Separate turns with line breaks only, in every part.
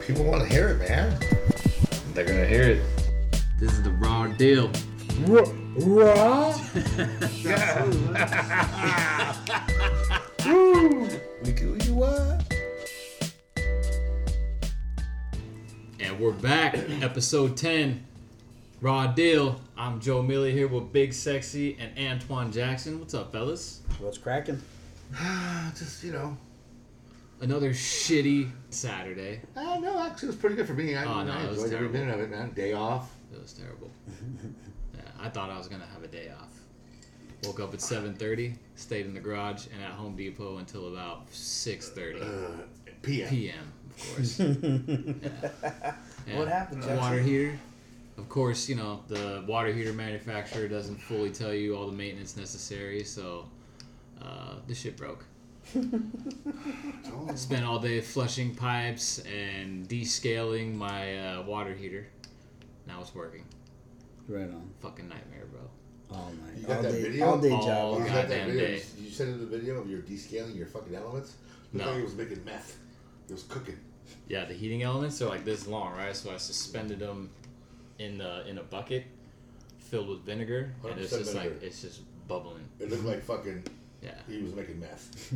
people want to hear it, man.
They're gonna hear it. This is the raw deal.
Raw? We uh, could, we could what?
And we're back, episode 10, Raw Deal. I'm Joe Millie here with Big Sexy and Antoine Jackson. What's up, fellas?
What's cracking?
Just, you know.
Another shitty Saturday.
Uh, no, actually, it was pretty good for me. I,
Oh, no,
I
it was
enjoyed every
terrible.
minute of it, man. Day off.
It was terrible. Yeah, I thought I was gonna have a day off. Woke up at 7:30, stayed in the garage and at Home Depot until about
uh,
6:30
PM.
p.m. Of course. Yeah. Yeah.
What happened, Jackson?
Water heater. Of course, you know the water heater manufacturer doesn't fully tell you all the maintenance necessary, so uh, the shit broke.
Oh,
Spent all day flushing pipes and descaling my uh, water heater. Now it's working.
Right on.
Fucking nightmare, bro.
All night.
You got
all
that
day,
video?
All day
Oh,
job.
you
huh?
got that
goddamn
video?
day.
You- You sent in the video of your descaling your fucking elements. Looked
No.
like it was making meth. It was cooking.
Yeah, the heating elements are like this long, right? So I suspended them in the in a bucket filled with vinegar, and it's
100%
just like
vinegar.
it's just bubbling.
It looked like fucking
Yeah,
he was making meth.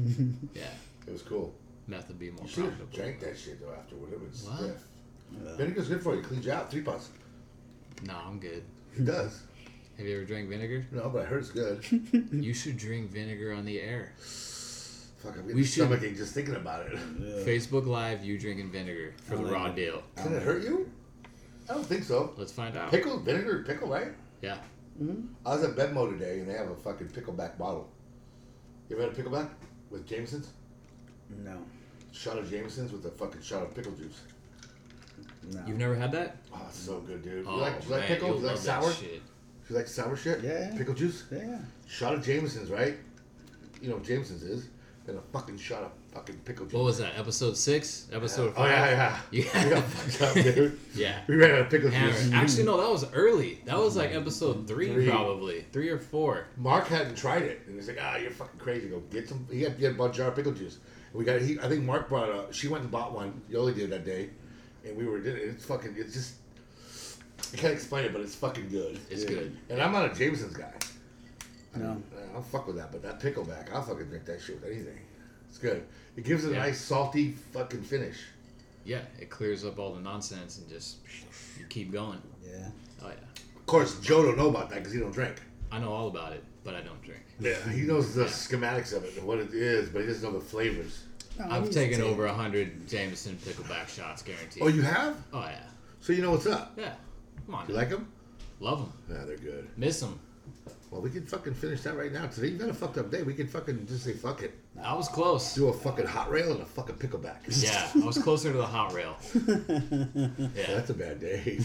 yeah.
It was cool.
Meth would be more
You should
profitable.
have drank that shit though afterward. It was
What?
stiff.
Yeah.
Vinegar's good for you. Cleans you out. Three pots.
No, I'm good.
It does.
Have you ever drank vinegar?
No, but I heard it's good.
you should drink vinegar on the air.
Fuck, I'm getting
We
we
should-
stomachache just thinking about it.
Facebook Live, you drinking vinegar for
I
the
like
raw
it.
deal.
Can it hurt you? I don't think so.
Let's find out.
Pickle, vinegar, pickle, right?
Yeah.
I was at Bedmo today and they have a fucking pickleback bottle. You ever had a pickleback with Jameson's?
No.
Shot of Jameson's with a fucking shot of pickle juice.
No.
You've never had that?
Oh, it's so good, dude. You
Oh,
like, you like
man,
pickle?
you'll
You like
love that
sour?
shit.
You like sour shit?
Yeah.
Pickle juice?
yeah.
Shot of Jameson's, right? You know what Jameson's is. Then a fucking shot of fucking pickle juice.
What was that? Episode six? Episode
Oh,
five?
yeah, yeah.
Yeah.
We got fucked up, dude.
Yeah.
We ran out of pickle
Hammer.
juice.
Actually, no, that was early. That was like episode three,
Three.
probably three or four.
Mark hadn't tried it, and he's like, "Ah, you're fucking crazy. Go get some." He had, he had bought a jar of pickle juice. And we got. He, I think Mark brought. A, she went and bought one. Yoli did that day, and we were. did it. It's fucking. It's just. I can't explain it, but it's fucking good.
It's good.
And I'm not a Jameson's guy.
No.
I don't fuck with that, but that pickleback, I'll fucking drink that shit with anything. It's good. It gives it
Yeah.
a nice salty fucking finish.
Yeah, it clears up all the nonsense and just you keep going.
Yeah.
Oh yeah,
Of course, Joe don't know about that because he don't drink.
I know all about it, but I don't drink.
Yeah, he knows the schematics of it and what it is, but he doesn't know the flavors.
No, I
I've
used to
taken
take-
over a hundred Jameson pickleback shots, guaranteed.
Oh, you have?
Oh yeah,
So you know what's up.
yeah. Come on,
You like them?
love them,
Yeah, they're good.
miss them.
Well, we can fucking finish that right now. Today you've had a fucked up day. We can fucking just say fuck it.
I was close.
Do a fucking hot rail and a fucking pickleback.
Yeah, I was closer to the hot rail. Yeah,
That's a bad day.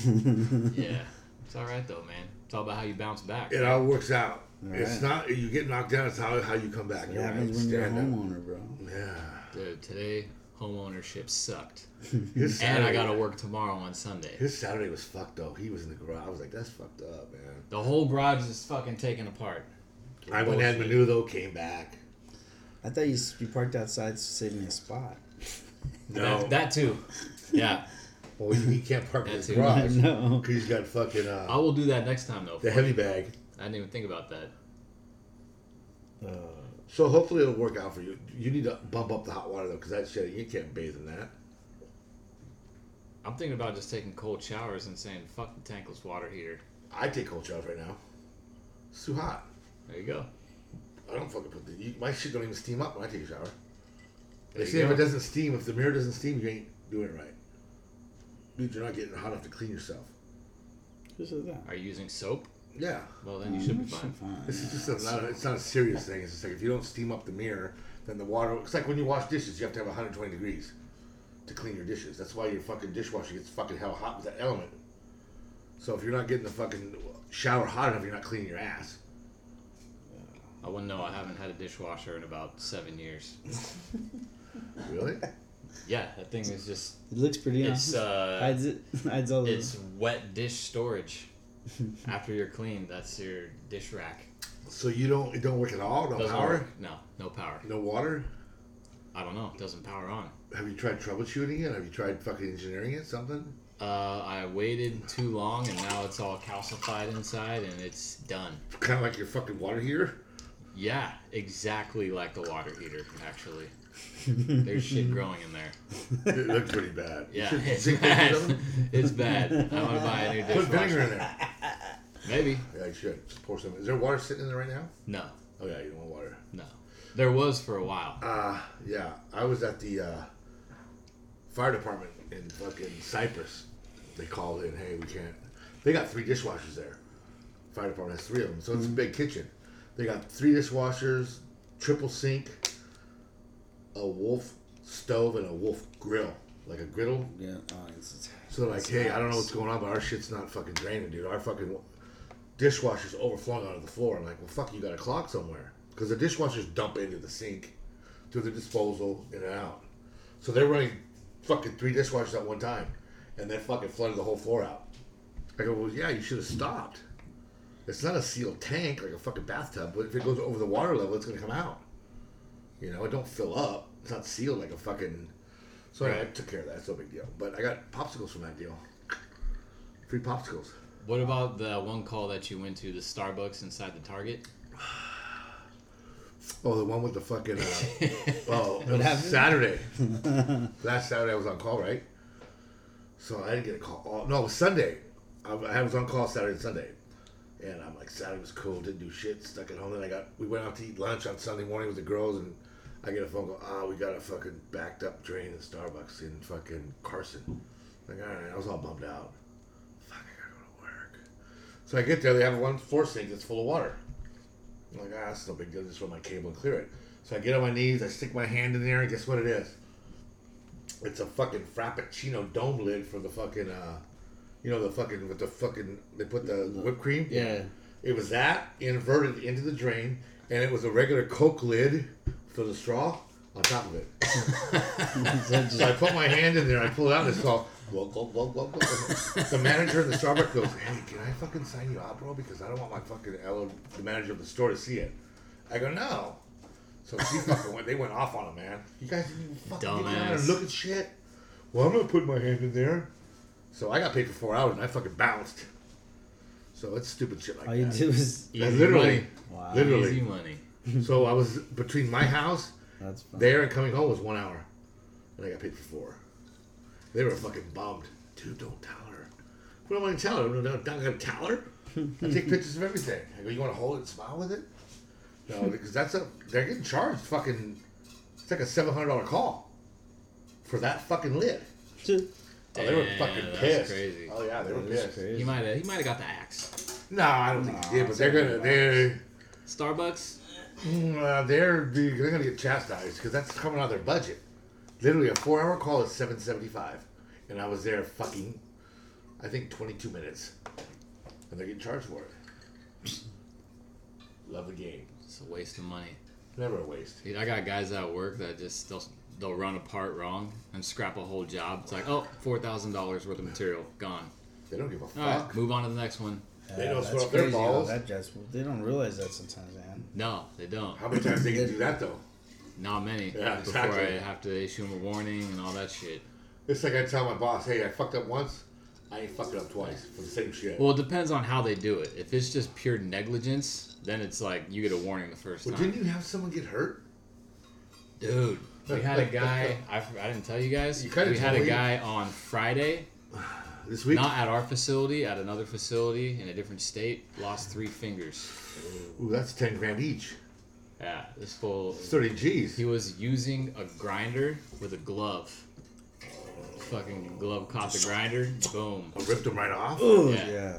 yeah. It's all right though, man. It's all about how you bounce back.
it all works out. It's
right.
not you get knocked down. It's how, how you come back.
It
You're
happens
right.
when you're a
Stand up.
homeowner, bro.
Yeah.
Dude, today homeownership sucked,
His
and I
Saturday-
gotta work tomorrow on Sunday.
His Saturday was fucked though. He was in the garage. I was like, that's fucked up, man.
The whole garage is fucking taken apart.
I went and had
Bullshit.
manu though. Came back.
I thought you, s- you parked outside to save me a spot.
No.
That, that too. Yeah.
well, he, he can't park in
That's
his
who-
garage.
No.
'cause he's got fucking uh,
I will do that next time though.
the heavy bag.
I didn't even think about that.
So hopefully it'll work out for you. You need to bump up the hot water though, because that shit you can't bathe in that.
I'm thinking about just taking cold showers and saying fuck the tankless water heater.
I take cold showers right now. It's too hot.
There you go.
I don't fucking put the you, my shit don't even steam up when I take a shower.
There
They
you
say if
go.
it doesn't steam, if the mirror doesn't steam, you ain't doing it right. Dude, you're not getting hot enough to clean yourself.
This is that.
Are you using soap?
Yeah,
Well then you should be
That
fine.
shit fine.
this is just a, not, it's not a serious thing. It's just like if you don't steam up the mirror, then the water. It's like when you wash dishes, you have to have 120 degrees to clean your dishes. That's why your fucking dishwasher gets fucking hell hot with that element. So if you're not getting the fucking shower hot enough, you're not cleaning your ass.
I wouldn't know. I haven't had a dishwasher in about seven years.
Really?
Yeah, that thing is just
It looks pretty
it's
nice.
uh
hides it. Hides all the.
it's wet dish storage. After you're clean, that's your dish rack.
So you don't it don't work at all? No
Doesn't
power?
work. No, no power.
No water?
I don't know. It doesn't power on.
Have you tried troubleshooting it? Have you tried fucking engineering it? Something?
Uh, I waited too long, and now it's all calcified inside, and it's done.
Kind of like your fucking water heater.
Yeah, exactly like the water heater. Actually, there's shit growing in there.
It looked pretty bad. You
Yeah,
should
it's
sink that or
bad.
something.
it's bad. I want to buy a new
Put
dishwasher.
vinegar in there.
Maybe.
Yeah, you should. Just pour some. Is there water sitting in there right now?
No,
Oh yeah, you don't want water.
no. There was for a while.
Uh, yeah, I was at the uh, fire department in fucking Cyprus. They called in, hey, we can't. They got three dishwashers there. Fire department has three of them, so it's a big kitchen. They got three dishwashers, triple sink, a wolf stove, and a wolf grill, like a griddle.
Yeah. Oh, it's, it's,
So they're like,
it's
hey, I don't know
nice.
what's going on, but our shit's not fucking draining, dude. Our fucking dishwasher's overflowing onto the floor. I'm like, well, fuck, you got a clog somewhere. Because the dishwashers dump into the sink, through the disposal, in and out. So they're running fucking three dishwashers at one time, and they fucking flooded the whole floor out. I go, well, yeah, you should have stopped. It's not a sealed tank like a fucking bathtub, but if it goes over the water level, it's gonna come out. You know, it don't fill up. It's not sealed like a fucking. So I- I took care of that. It's no big deal. But I got popsicles from that deal. Free popsicles.
What about the one call that you went to, the Starbucks inside the Target?
Oh, the one with the fucking. Uh, oh, it was
happened?
Saturday. Last Saturday I was on call, right? So I didn't get a call. Oh, no, it was Sunday. I, I was on call Saturday and Sunday, and I'm like Saturday was cool. Didn't do shit. Stuck at home. Then I got we went out to eat lunch on Sunday morning with the girls, and I get a phone call. Ah, we got a fucking backed up train in Starbucks in fucking Carson. Like all right, I was all bummed out. Fuck, I gotta go to work. So I get there. They have one floor sink that's full of water. I'm like, ah, it's no big deal. Just run my cable and clear it. So I get on my knees, I stick my hand in there, and guess what it is? It's a fucking Frappuccino dome lid for the fucking, uh, you know, the fucking, with the fucking, they put the whipped cream?
Yeah.
It was that inverted into the drain, and it was a regular Coke lid for the straw on top of it. So I put my hand in there, I pull it out, and it's all. Whoa, whoa, whoa, whoa, whoa. The manager of the Starbucks goes, "Hey, can I fucking sign you out, bro? Because I don't want my fucking L- the manager of the store to see it." I go, "No." So she fucking went. They went off on him, man. You guys didn't even fucking get down there
Dumbass.
and look at shit. Well, I'm not putting my hand in there. So I got paid for four hours, and I fucking bounced. So it's stupid shit like
All you
that.
do is
Yeah,
Easy
literally,
money.
Wow.
Easy
literally.
money.
So I was between my house
that's fun.
there and coming home was one hour, and I got paid for four. They were fucking bummed. Dude, don't tell her. What am I gonna tell her? I'm not gonna tell her. I take pictures of everything. I go, you want to hold it and smile with it? No, because that's a they're getting charged. Fucking, it's like a seven hundred dollar call for that fucking lid. Oh, they were
Damn,
fucking
that's
pissed.
crazy.
Oh yeah, they were
That's
pissed.
crazy.
He might have. He might have got the axe.
No, I don't think they did, but they're gonna they're
Starbucks.
Mm, uh, they're they're gonna get chastised because that's coming out of their budget. Literally, a four-hour call is seven seventy-five, and I was there fucking, I think twenty-two minutes, and they're getting charged for it. Love the game.
It's a waste of money.
Never a waste.
Dude, I got guys at work that just they'll, they'll run a part wrong and scrap a whole job. It's like, oh, four thousand dollars worth of material gone.
They don't give a
All right,
fuck.
move on to the next one.
They don't
Uh, that's
sweat up their
crazy how
balls.
That just, they don't realize that sometimes, man.
No, they don't.
How many times they can do that though?
Not many.
Yeah,
before
exactly.
I have to issue them a warning and all that shit.
It's like I tell my boss, "Hey, I fucked up once. I ain't fucking up twice for the same shit."
Well, it depends on how they do it. If it's just pure negligence, then it's like you get a warning the first
well,
time.
didn't you have someone get hurt?
Dude, we
Look,
had a
look, look,
guy. I, I didn't tell you guys.
You kinda
we had
told
a
me.
guy on Friday
This week?
Not at our facility, at another facility in a different state. Lost three fingers.
Ooh, that's ten grand each.
Yeah, this fool.
It's thirty G's.
He was using a grinder with a glove. Fucking glove caught the grinder. Boom.
I ripped them right off.
Oh
Yeah.
yeah.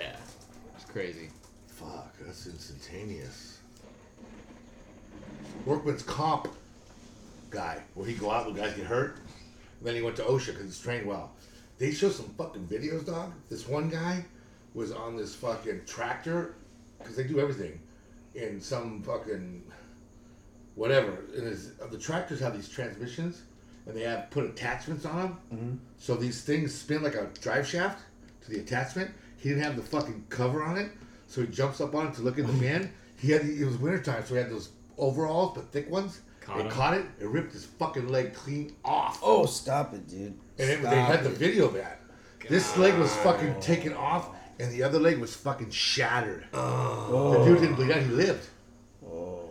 Yeah, it's crazy.
Fuck, that's instantaneous. Workman's comp guy, where he go out when guys get hurt. And then he went to OSHA because he's trained well. They show some fucking videos, dog. This one guy was on this fucking tractor because they do everything in some fucking whatever. And his, the tractors have these transmissions and they have put attachments on them. So these things spin like a drive shaft to the attachment. He didn't have the fucking cover on it, so he jumps up on it to look in the bin. He had he- it was wintertime, so he had those overalls, but thick ones.
Caught
it
him.
caught it. It ripped his fucking leg clean off.
Oh, stop it, dude.
And it,
stop
they had the
it.
video of that. This leg was fucking taken off, and the other leg was fucking shattered. The dude didn't bleed out; he lived.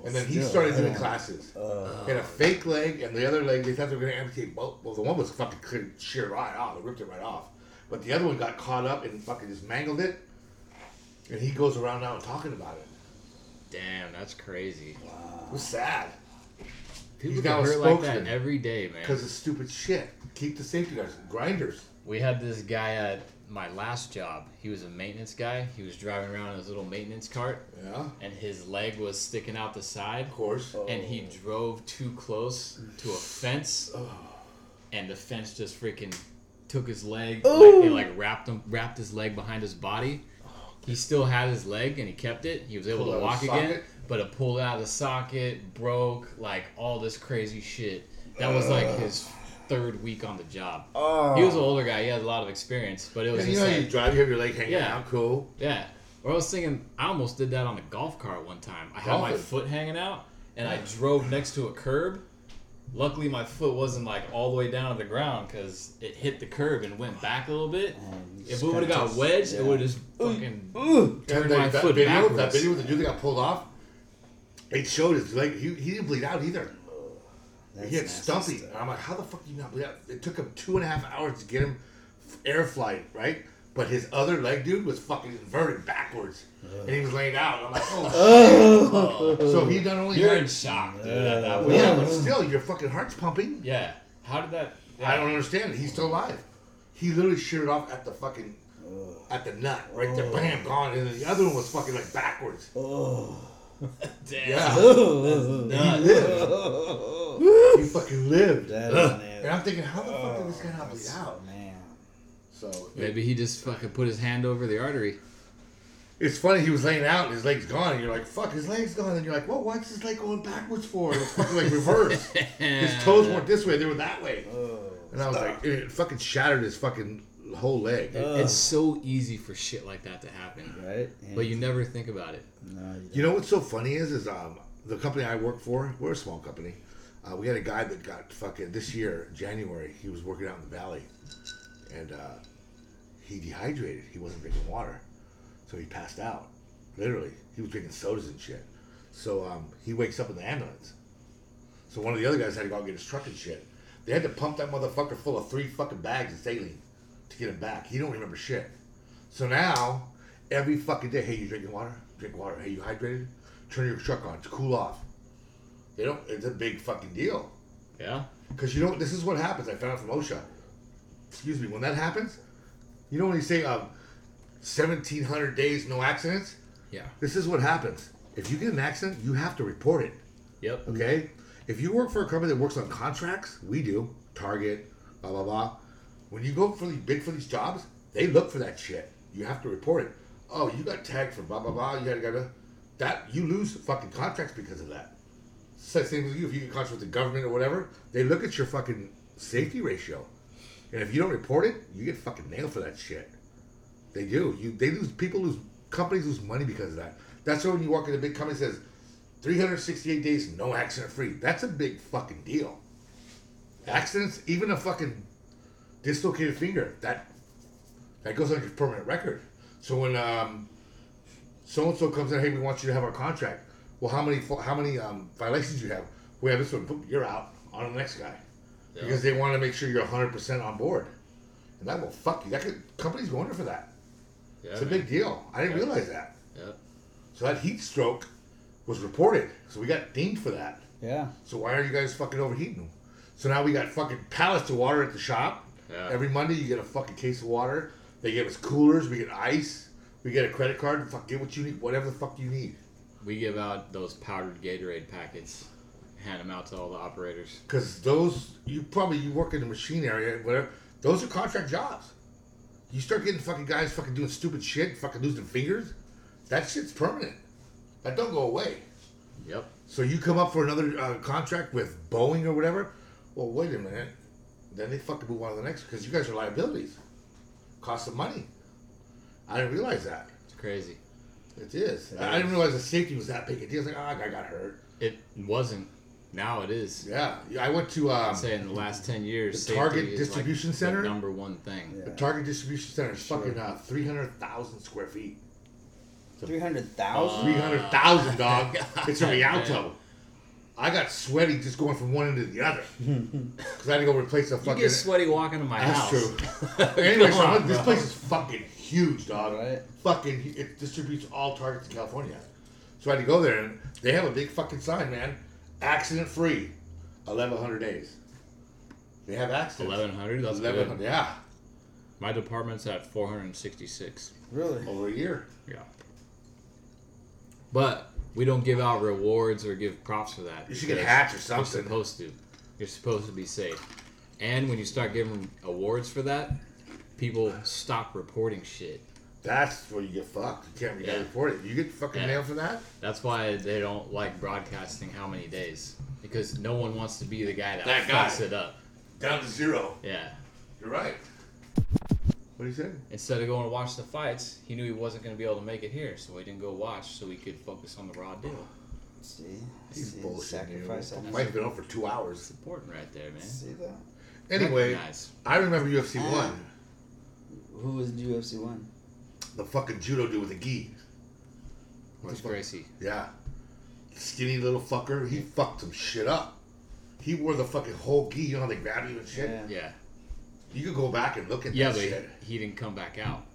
and then he
Uh. Oh, still, Uh.
started doing
yeah.
classes. He had a fake leg, and the other leg they thought they were gonna amputate both. Well, the one was fucking clear, sheared right off; they ripped it right off. But the other one got caught up and fucking just mangled it. And he goes around now talking about it.
Damn, that's crazy.
It was sad
People
He's
get
now a
hurt like that
spokesman.
every day, man.
because of stupid shit. Keep the safety guards, grinders.
We had this guy at my last job. He was a maintenance guy. He was driving around in his little maintenance cart,
Yeah,
and his leg was sticking out the side.
of course.
Oh.
And he
Oh.
drove too close to a fence, and the fence just freaking took his leg. Like, he like wrapped him, wrapped his leg behind his body. He still had his leg, and he kept it. He was able
Pulled
to
out
walk
his
again,
socket?
but it pulled out of the socket, broke, like all this crazy shit. That was like his third week on the job.
Oh,
He was an older guy. He had a lot of experience, but it was
And you
just
know, how
like,
you drive, you have your leg hanging
Yeah.
out, cool.
yeah. Or I was thinking, I almost did that on a golf cart one time. I had my
Golfing.
foot hanging out, and I drove next to a curb. Luckily, my foot wasn't like all the way down to the ground because it hit the curb and went back a little bit.
Oh,
Um,
if it would have got wedged,
yeah.
it would have just fucking
Ooh.
And
turned
they-
my
that
foot
video,
backwards.
That video with the dude that got pulled off, it showed his leg. He, he didn't bleed out either.
That's
he had
nasty
stumpy.
stuff.
And I'm like, how the fuck do you not bleed out? It took him two and a half hours to get him f- air flight, right? But his other leg, dude, was fucking inverted backwards, and he was laying out. I'm like, oh. shit. so he not only
You're
had-
in shock, dude. at that
Well, yeah,
point.
but still, your fucking heart's pumping.
yeah. How did that?
I don't understand. it. He's still alive. He literally sheared off at the fucking at the nut right
Oh.
there. Bam, gone. And then the other one was fucking like backwards.
Damn.
Yeah,
Ooh.
he lived. he fucking lived.
That is
And
nasty.
I'm thinking, how the fuck did this guy not bleed out?
Man.
Oh, So
Maybe he just fucking put his hand over the artery.
it's funny. He was laying out, and his leg's gone, and you're like, "Fuck, his leg's gone." And you're like, "Well, what's his leg going backwards for?" It's fucking like reverse. his toes weren't this way; they were that way. and I was like, it fucking shattered his fucking whole leg.
It's so easy for shit like that to happen,
Right?
but you never think about it.
No, you
You know what's so funny is, is um, the company I work for, we're a small company. Uh, we had a guy that got fucking this year, January. He was working out in the valley, and uh, he dehydrated. He wasn't drinking water, so he passed out. Literally, he was drinking sodas and shit. So um, he wakes up in the ambulance. So one of the other guys had to go out and get his truck and shit. They had to pump that motherfucker full of three fucking bags of saline to get him back. He don't remember shit. So now, every fucking day, hey, you drinking water? Drink water. Hey, you hydrated? Turn your truck on to cool off. They don't. It's a big fucking deal.
Yeah.
Because you know, this is what happens. I found out from OSHA. Excuse me. When that happens, you know when you say um, seventeen hundred days no accidents.
Yeah.
This is what happens. If you get an accident, you have to report it.
Yep.
Okay? If you work for a company that works on contracts, we do, Target, blah, blah, blah. When you go for the bid for these jobs, they look for that shit. You have to report it. Oh, you got tagged for blah, blah, blah. You got to go. That, you lose fucking contracts because of that. Same thing with you. If you get contracts with the government or whatever, they look at your fucking safety ratio. And if you don't report it, you get fucking nailed for that shit. They do. You they lose people lose companies lose money because of that. That's why when you walk in a big company it says 368 days no accident free. That's a big fucking deal. Accidents, even a fucking dislocated finger, that that goes on your permanent record. So when um so and so comes in, hey, we want you to have our contract. Well, how many fo- how many um, violations you have? We have this one. Boom, you're out. On to the next guy, because they want to make sure you're 100 percent on board, and that will fuck you. That could, companies go under for that.
Yeah,
It's a
man.
big deal. I didn't
Yeah.
realize that.
Yep.
So that heat stroke was reported. So we got dinged for that.
Yeah.
So why are you guys fucking overheating them? So now we got fucking pallets of water at the shop.
Yeah.
Every Monday you get a fucking case of water. They give us coolers. We get ice. We get a credit card. Fuck, get what you need. Whatever the fuck you need.
We give out those powdered Gatorade packets, hand them out to all the operators.
Because those you probably you work in the machine area, whatever. Those are contract jobs. You start getting fucking guys fucking doing stupid shit, fucking losing fingers. That shit's permanent. That don't go away.
Yep.
So you come up for another uh, contract with Boeing or whatever. Well, wait a minute. Then they fucking move on to the next because you guys are liabilities. Cost of money. I didn't realize that.
It's crazy.
It is. I, I didn't realize the safety was that big a deal. It's like, oh, I got hurt.
It wasn't. Now it is.
Yeah. Yeah, I went to um,
I'd say in the last ten years,
The Target
safety is, like,
distribution
the
center?
number one thing.
Yeah.
the Target Distribution Center. It's fucking uh, 300,000 square feet.
Three hundred
Oh,
thousand.
Three hundred thousand, dog. It's a
Yeah.
Rialto. I got sweaty just going from one end to the other because I had to go replace the
You
fucking.
get sweaty walking to my
That's
house.
true. anyway, so
Come on,
this
bro.
place is fucking huge, dog.
Right.
Fucking, hu- it distributes all Targets in California. So I had to go there, and they have a big fucking sign, man. Accident free, eleven hundred days. They have accidents.
Eleven hundred. That's
Eleven
good.
hundred. Yeah,
My department's at four hundred sixty-six.
Really?
over a year.
Yeah. But we don't give out rewards or give props for that.
You should get
because
hats or
You're
something.
supposed to. You're supposed to be safe. And when you start giving awards for that, people stop reporting shit.
That's where you get fucked. You can't. You
Yeah.
gotta report it. You get fucking
Yeah.
nailed for that.
That's why they don't like broadcasting how many days because no one wants to be the guy that,
That guy.
fucks it up.
Down to zero.
Yeah.
You're right. What do you say?
Instead of going to watch the fights, he knew he wasn't going to be able to make it here, so he didn't go watch so he could focus on the raw deal.
See,
He's
see,
bullshitting you.
sacrifice. after
Mike's been on for two hours.
Important right there, man.
sacrifice. See that?
Anyway,
Recognize.
I remember UFC
Ah.
one,
Who was UFC one?
the fucking judo dude with the gi.
Royce Gracie.
Yeah, skinny little fucker. He fucked some shit up. He wore the fucking whole gi. You know how they grab you and shit.
Yeah.
Yeah.
You could go back and look at
Yeah,
that
but he,
shit.
he didn't come back out.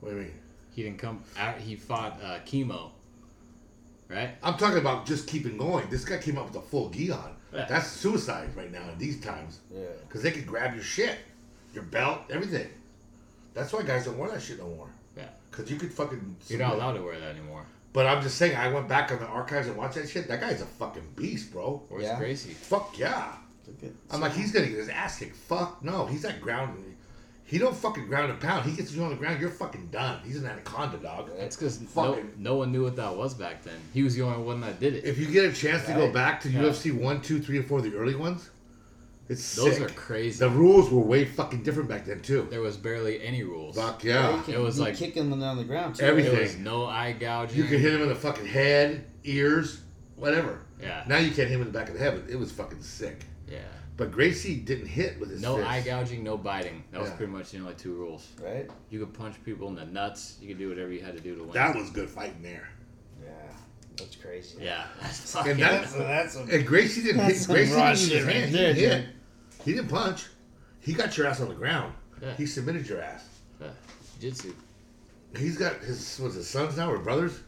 What do you mean?
He didn't come out. He fought uh, chemo, right?
I'm talking about just keeping going. This guy came up with a full gi on.
Yeah.
That's suicide right now in these times.
Yeah.
Because they could grab your shit, your belt, everything. That's why guys don't wear that shit no more.
Yeah.
Because you could fucking.
You're not allowed to wear that anymore.
But I'm just saying, I went back on the archives and watched that shit. That guy's a fucking beast, bro.
Royce
Yeah.
Gracie.
Fuck yeah.
Look at.
I'm like, he's gonna get his ass kicked. Fuck no, he's not grounding. He don't fucking ground and pound. He gets you on the ground, you're fucking done. He's an anaconda dog.
That's because no,
Fucking-
no one knew what that was back then. He was the only one that did it.
If you get a chance to go
Right.
back to
Yeah.
UFC one, two, three, and four, the early ones, it's
Those
sick.
are crazy.
The rules were way fucking different back then too.
There was barely any rules.
Fuck yeah.
It was
you
like-
kick him when they're on the ground. Too,
Everything.
There was no eye gouging.
You could hit him in the fucking head, ears, whatever.
Yeah.
Now you can't hit him in the back of the head, but it was fucking sick.
Yeah.
But Gracie didn't hit with his
No
fist.
eye gouging, no biting. That was
Yeah.
pretty much the only two rules.
Right.
You could punch people in the nuts. You could do whatever you had to do to win.
That was good fighting there.
Yeah. That's crazy.
yeah. That's
And
fucking-
that-
So that's a,
And Gracie didn't
That's
hit.
some
Gracie
raw
didn't use
shit
his
right
hand.
there,
he, hit. he didn't punch. He got your ass on the ground.
Yeah.
He submitted your ass.
uh, jiu-jitsu.
He's got his what's his sons now or brothers?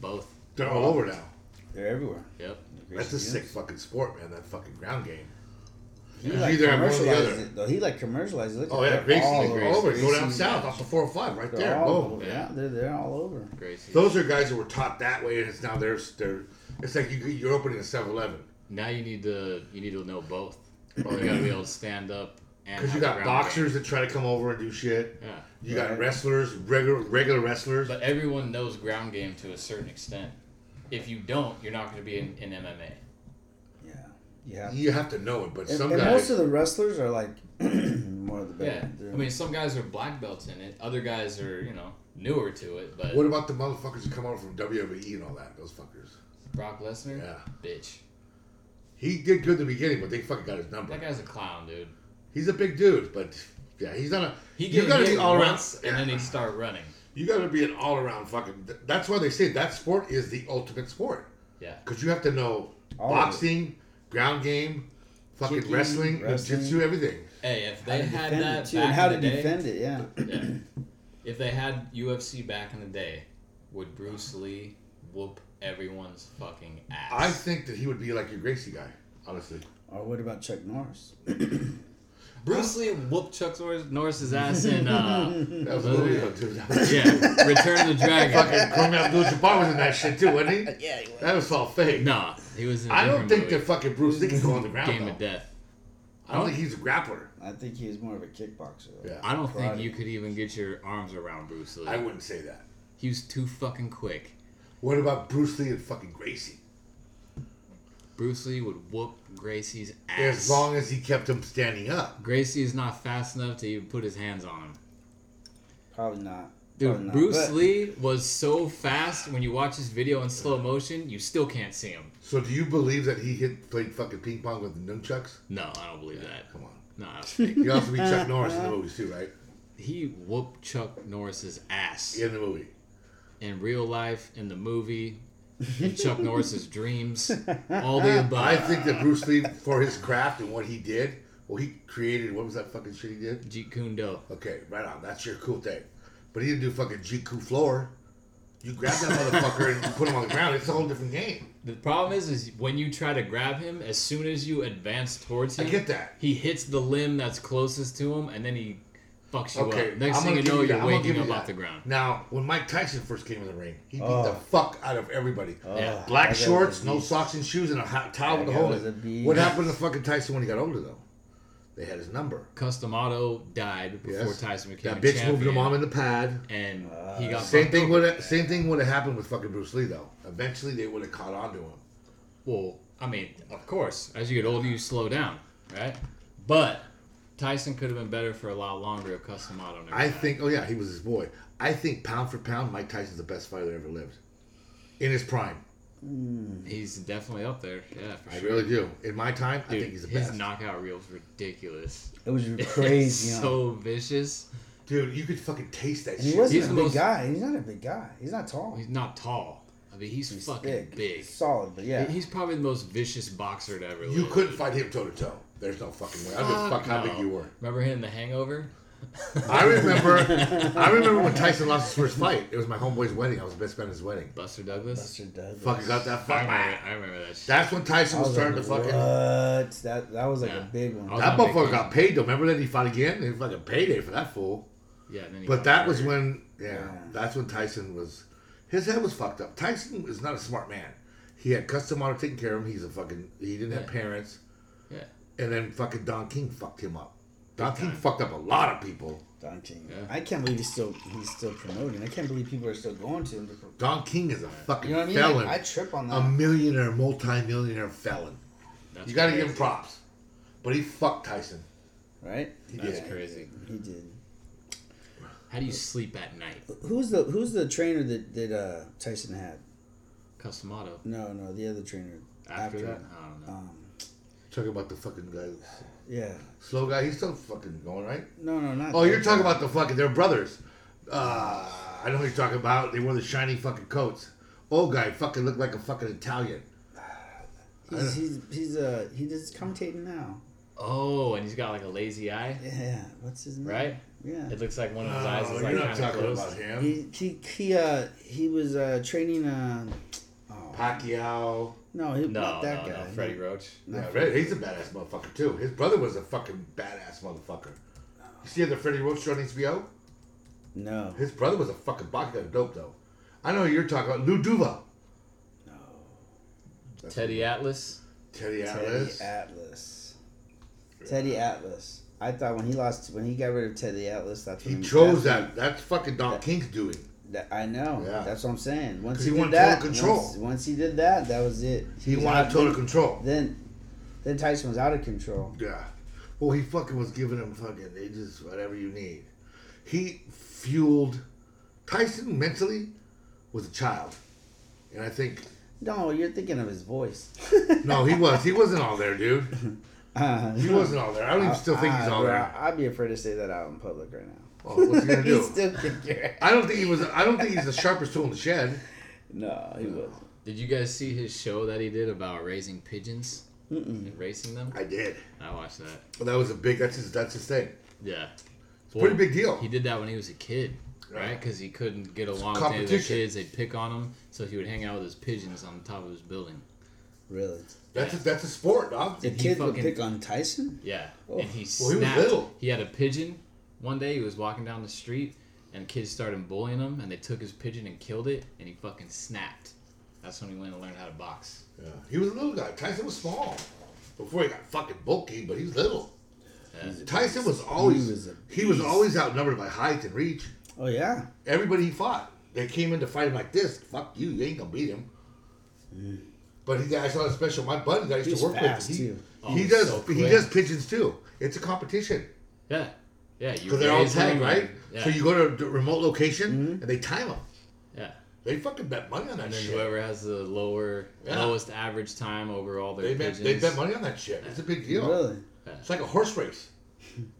Both.
They're
Oh.
all over now.
They're everywhere.
Yep.
That's a sick fucking sport, man. That fucking ground game.
He
It's
like
either I'm one or the
commercialized
other.
it though. He like commercialized it. Look
Oh
at
yeah,
that.
Gracie,
All
all
over.
over. Go down
Gracie,
south off the four hundred five, right
They're
there.
all
Boom.
over.
Yeah.
Yeah, they're they're all over.
Gracie.
Those are guys that were taught that way, and it's now they're, they're it's like you, you're opening a 7-Eleven
Now you need to you need to know both. You gotta be able to stand up and
because you
have a
got
ground
boxers that try to come over and do shit.
game. Yeah,
You got
Right.
wrestlers, regular regular wrestlers.
but everyone knows ground game to a certain extent. If you don't, you're not going to be in, in MMA.
Yeah, yeah.
you have to know it, but
And,
some
and
guys
most of the wrestlers are like more of the better.
Yeah,
They're-
I mean, some guys are black belts in it. Other guys are you know newer to it. But
What about the motherfuckers who come over from WWE and all that? Those fuckers.
Brock Lesnar,
Yeah.
bitch,
He did good in the beginning, but they fucking got his number.
that guy's a clown, dude.
He's a big dude, but yeah, he's not a.
He
you
get
gotta
hit
be all around.
once and then he'd start running.
You gotta be an all around fucking. That's why they say that sport is the ultimate sport
Yeah,
because you have to know
All of it.
boxing, ground game, fucking
Kicking,
wrestling,
wrestling.
jiu-jitsu, everything.
hey, if they
to
had
defend
that
it too,
back
and how
in
to
the day,
defend it. Yeah,
Yeah. If they had UFC back in the day, would Bruce Lee whoop everyone's fucking ass?
I think that he would be like your Gracie guy, honestly.
or what about Chuck Norris?
Bruce Lee whooped Chuck Norris, Norris's ass in uh,
That was a movie, though, dude.
yeah, Return of the Dragon.
fucking Kareem Abdul-Jabbar was in that shit too, wasn't he?
yeah.
That was all fake.
nah, he was. In a
I don't
different
think
movie.
that fucking Bruce Lee can go on the ground.
Game
though.
of Death.
I don't think he's a grappler.
I think he was more of a kickboxer.
Yeah.
I don't think
Karate.
you could even get your arms around Bruce Lee.
I wouldn't say that.
he was too fucking quick.
What about Bruce Lee and fucking Gracie?
Bruce Lee would whoop Gracie's ass.
As long as he kept him standing up.
Gracie is not fast enough to even put his hands on him.
Probably not.
Dude,
Probably not,
Bruce
but-
Lee was so fast. When you watch his video in slow motion, you still can't see him.
So do you believe that he hit played fucking ping pong with the nunchucks?
No, I don't believe that.
Come on.
No, I was fake.
He also beat Chuck Norris in the movies too, right?
he whooped Chuck Norris's ass
In the movie.
in real life, in the movie, in Chuck Norris's dreams, all the above.
I think that Bruce Lee, for his craft and what he did, well, he created what was that fucking shit he did?
Jeet Kune Do.
Okay, right on. That's your cool thing. But he didn't do fucking GQ floor. You grab that motherfucker and put him on the ground. It's a whole different game.
The problem is, is when you try to grab him, as soon as you advance towards
I
him,
get that.
he hits the limb that's closest to him, and then he fucks you
Okay,
up. Next
I'm
thing
gonna
you
give
know,
you that.
you're
I'm gonna give
waking
you
up
that.
off the ground.
Now, when Mike Tyson first came in the ring, he beat the
Oh.
fuck out of everybody.
oh,
Yeah.
Black
That guy
shorts,
was a
no
beast.
socks and shoes, and a hot towel
That
with a
guy
hole
was a
in it.
beast.
What happened to fucking Tyson when he got older, though? They had his number.
Custom Auto died before
Yes.
Tyson became
That
a
bitch
champion,
moved her mom in the pad.
and he got
Uh, Same
fucked
thing
over.
would have same thing would have happened with fucking Bruce Lee though. Eventually they would have caught on to him.
Well, I mean, of course, as you get older, you slow down, right? But Tyson could have been better for a lot longer if Custom Auto never
I
died.
think oh yeah, he was his boy. I think pound for pound, Mike Tyson's the best fighter that ever lived. In his prime.
he's definitely up there. Yeah, for
I
sure.
really do. In my time, I
Dude,
think he's the
his
best.
knockout reel is ridiculous.
It was
It's
crazy. huh?
so vicious.
Dude, you could fucking taste that
And he
shit.
wasn't
He's
a
the
big
most-
guy. He's not a big guy. He's not tall.
He's not tall. I mean, he's,
He's
fucking big.
solid, but yeah.
He's probably the most vicious boxer to ever.
you
live.
couldn't fight him toe to toe. There's no fucking way. I don't give a fuck how big
no.
you were.
Remember him in The Hangover?
I remember I remember when Tyson lost his first fight. It was my homeboy's wedding. I was the best man at his wedding.
Buster Douglas.
Buster Douglas.
Fucking got that
I
fuck.
remember, I remember that. Shit.
That's when Tyson
I
was
was like,
starting to fucking
What? That that was like
Yeah.
a big one.
I was-
That
on Big
motherfucker
Ten.
got paid though. Remember that he fought again? He fucking payday for that fool.
yeah. and then he
But
got
that was
murdered.
when, yeah,
Yeah.
that's when Tyson was. His head was fucked up. Tyson is not a smart man. He had custom auto taking care of him. He's a fucking. He didn't have
Yeah.
parents.
Yeah.
And then fucking Don King fucked him up. Don
Big
King
time.
fucked up a lot of people.
Don King.
Yeah.
I can't believe he's still he's still promoting. I can't believe people are still going to him. To pro-
Don King is a fucking
You know what I mean?
felon,
Like, I trip on that.
Um,
a millionaire, multi-millionaire felon.
That's
You got to give him
crazy.
props. But he fucked Tyson.
right?
He
That's
did.
crazy.
He did.
How do you sleep at night?
Who's the Who's the trainer that that uh, Tyson had?
Custom auto.
No, no, the other trainer
After, that, I don't know.
Um,
Talking about the fucking guy,
yeah.
slow guy. He's still fucking going right.
No, no, not.
Oh,
that
you're
guy.
talking about the fucking they're brothers. Uh, I know who you're talking about. They wore the shiny fucking coats. Old guy fucking looked like a fucking Italian.
He's he's, he's uh he does commentating now.
Oh, and he's got like a lazy eye,
Yeah. What's his name?
right?
Yeah.
It looks like one of his eyes is like
Oh, Uh, you're not
kind of
talking
closed.
about him.
He he he uh he was uh training uh
Pacquiao.
no he,
No,
not that
no,
guy
no, Freddie Roach.
Yeah, Fred- he's a badass motherfucker too. His brother was a fucking badass motherfucker. You see the Freddie Roach show on HBO?
no
His brother was a fucking boxer. Got dope though. I know who you're talking about Lou Duva.
no
That's
Teddy Atlas.
Teddy
Teddy
Atlas.
Atlas Teddy Atlas I thought when he lost when he got rid of Teddy Atlas that's
he
when
chose
that's-
that. That's fucking Don King's doing.
that I know
Yeah.
that's what I'm saying once
'Cause
he,
he
did
wanted
that
total control.
Once, once he did that that was it
He
was
wanted
out-
total control.
then then Tyson was out of control
Yeah. Well, he fucking was giving him fucking they just whatever you need. He fueled Tyson mentally was a child, and I think
no you're thinking of his voice
no, he was. He wasn't all there, dude.
uh,
He wasn't all there. I don't even still think he's
uh,
all
bro,
there.
I'd be afraid to say that out in public right now.
Oh, what's he gonna
He'd
do?
still kick your ass.
I don't think he was. I don't think he's the sharpest tool in the shed.
No, he wasn't.
Did you guys see his show that he did about raising pigeons and racing them?
I did.
I watched that.
But that was a big. That's his. That's his thing.
Yeah,
Pretty big deal.
He did that when he was a kid, right?
Yeah.
Because he couldn't get along with any of the
competition.
kids. They'd pick on him, so he would hang out with his pigeons on the top of his building.
Really?
That's a, that's a sport, dog.
The
he
kids would
fucking-
pick on Tyson?
Yeah,
Oh.
and he
Well, he was
snapped.
little.
He had a pigeon. One day he was walking down the street, and kids started bullying him, and they took his pigeon and killed it, and he fucking snapped. That's when he went and learned how to box.
Yeah. He was a little guy. Tyson was small before he got fucking bulky, but he was little.
Yeah.
Tyson was always
was a
he was
beast.
always outnumbered by height and reach.
Oh, yeah.
Everybody he fought, they came in to fight him like this. Fuck you, you ain't gonna beat him. But he, I saw a special. My buddy that I used
He's
to work
fast,
with, he,
too.
Oh,
he
he's
does
so
he
quick.
does pigeons too. It's a competition
Yeah, yeah. You
because they're all
raise
tag,
him,
right?
and- Yeah.
So you go to a remote location
Mm-hmm.
and they time them.
Yeah.
They fucking bet money on that
And then
shit.
whoever has the lower,
Yeah.
lowest average time over all their
They bet,
pigeons.
they bet money on that shit. It's a big deal.
Really?
It's like a horse race.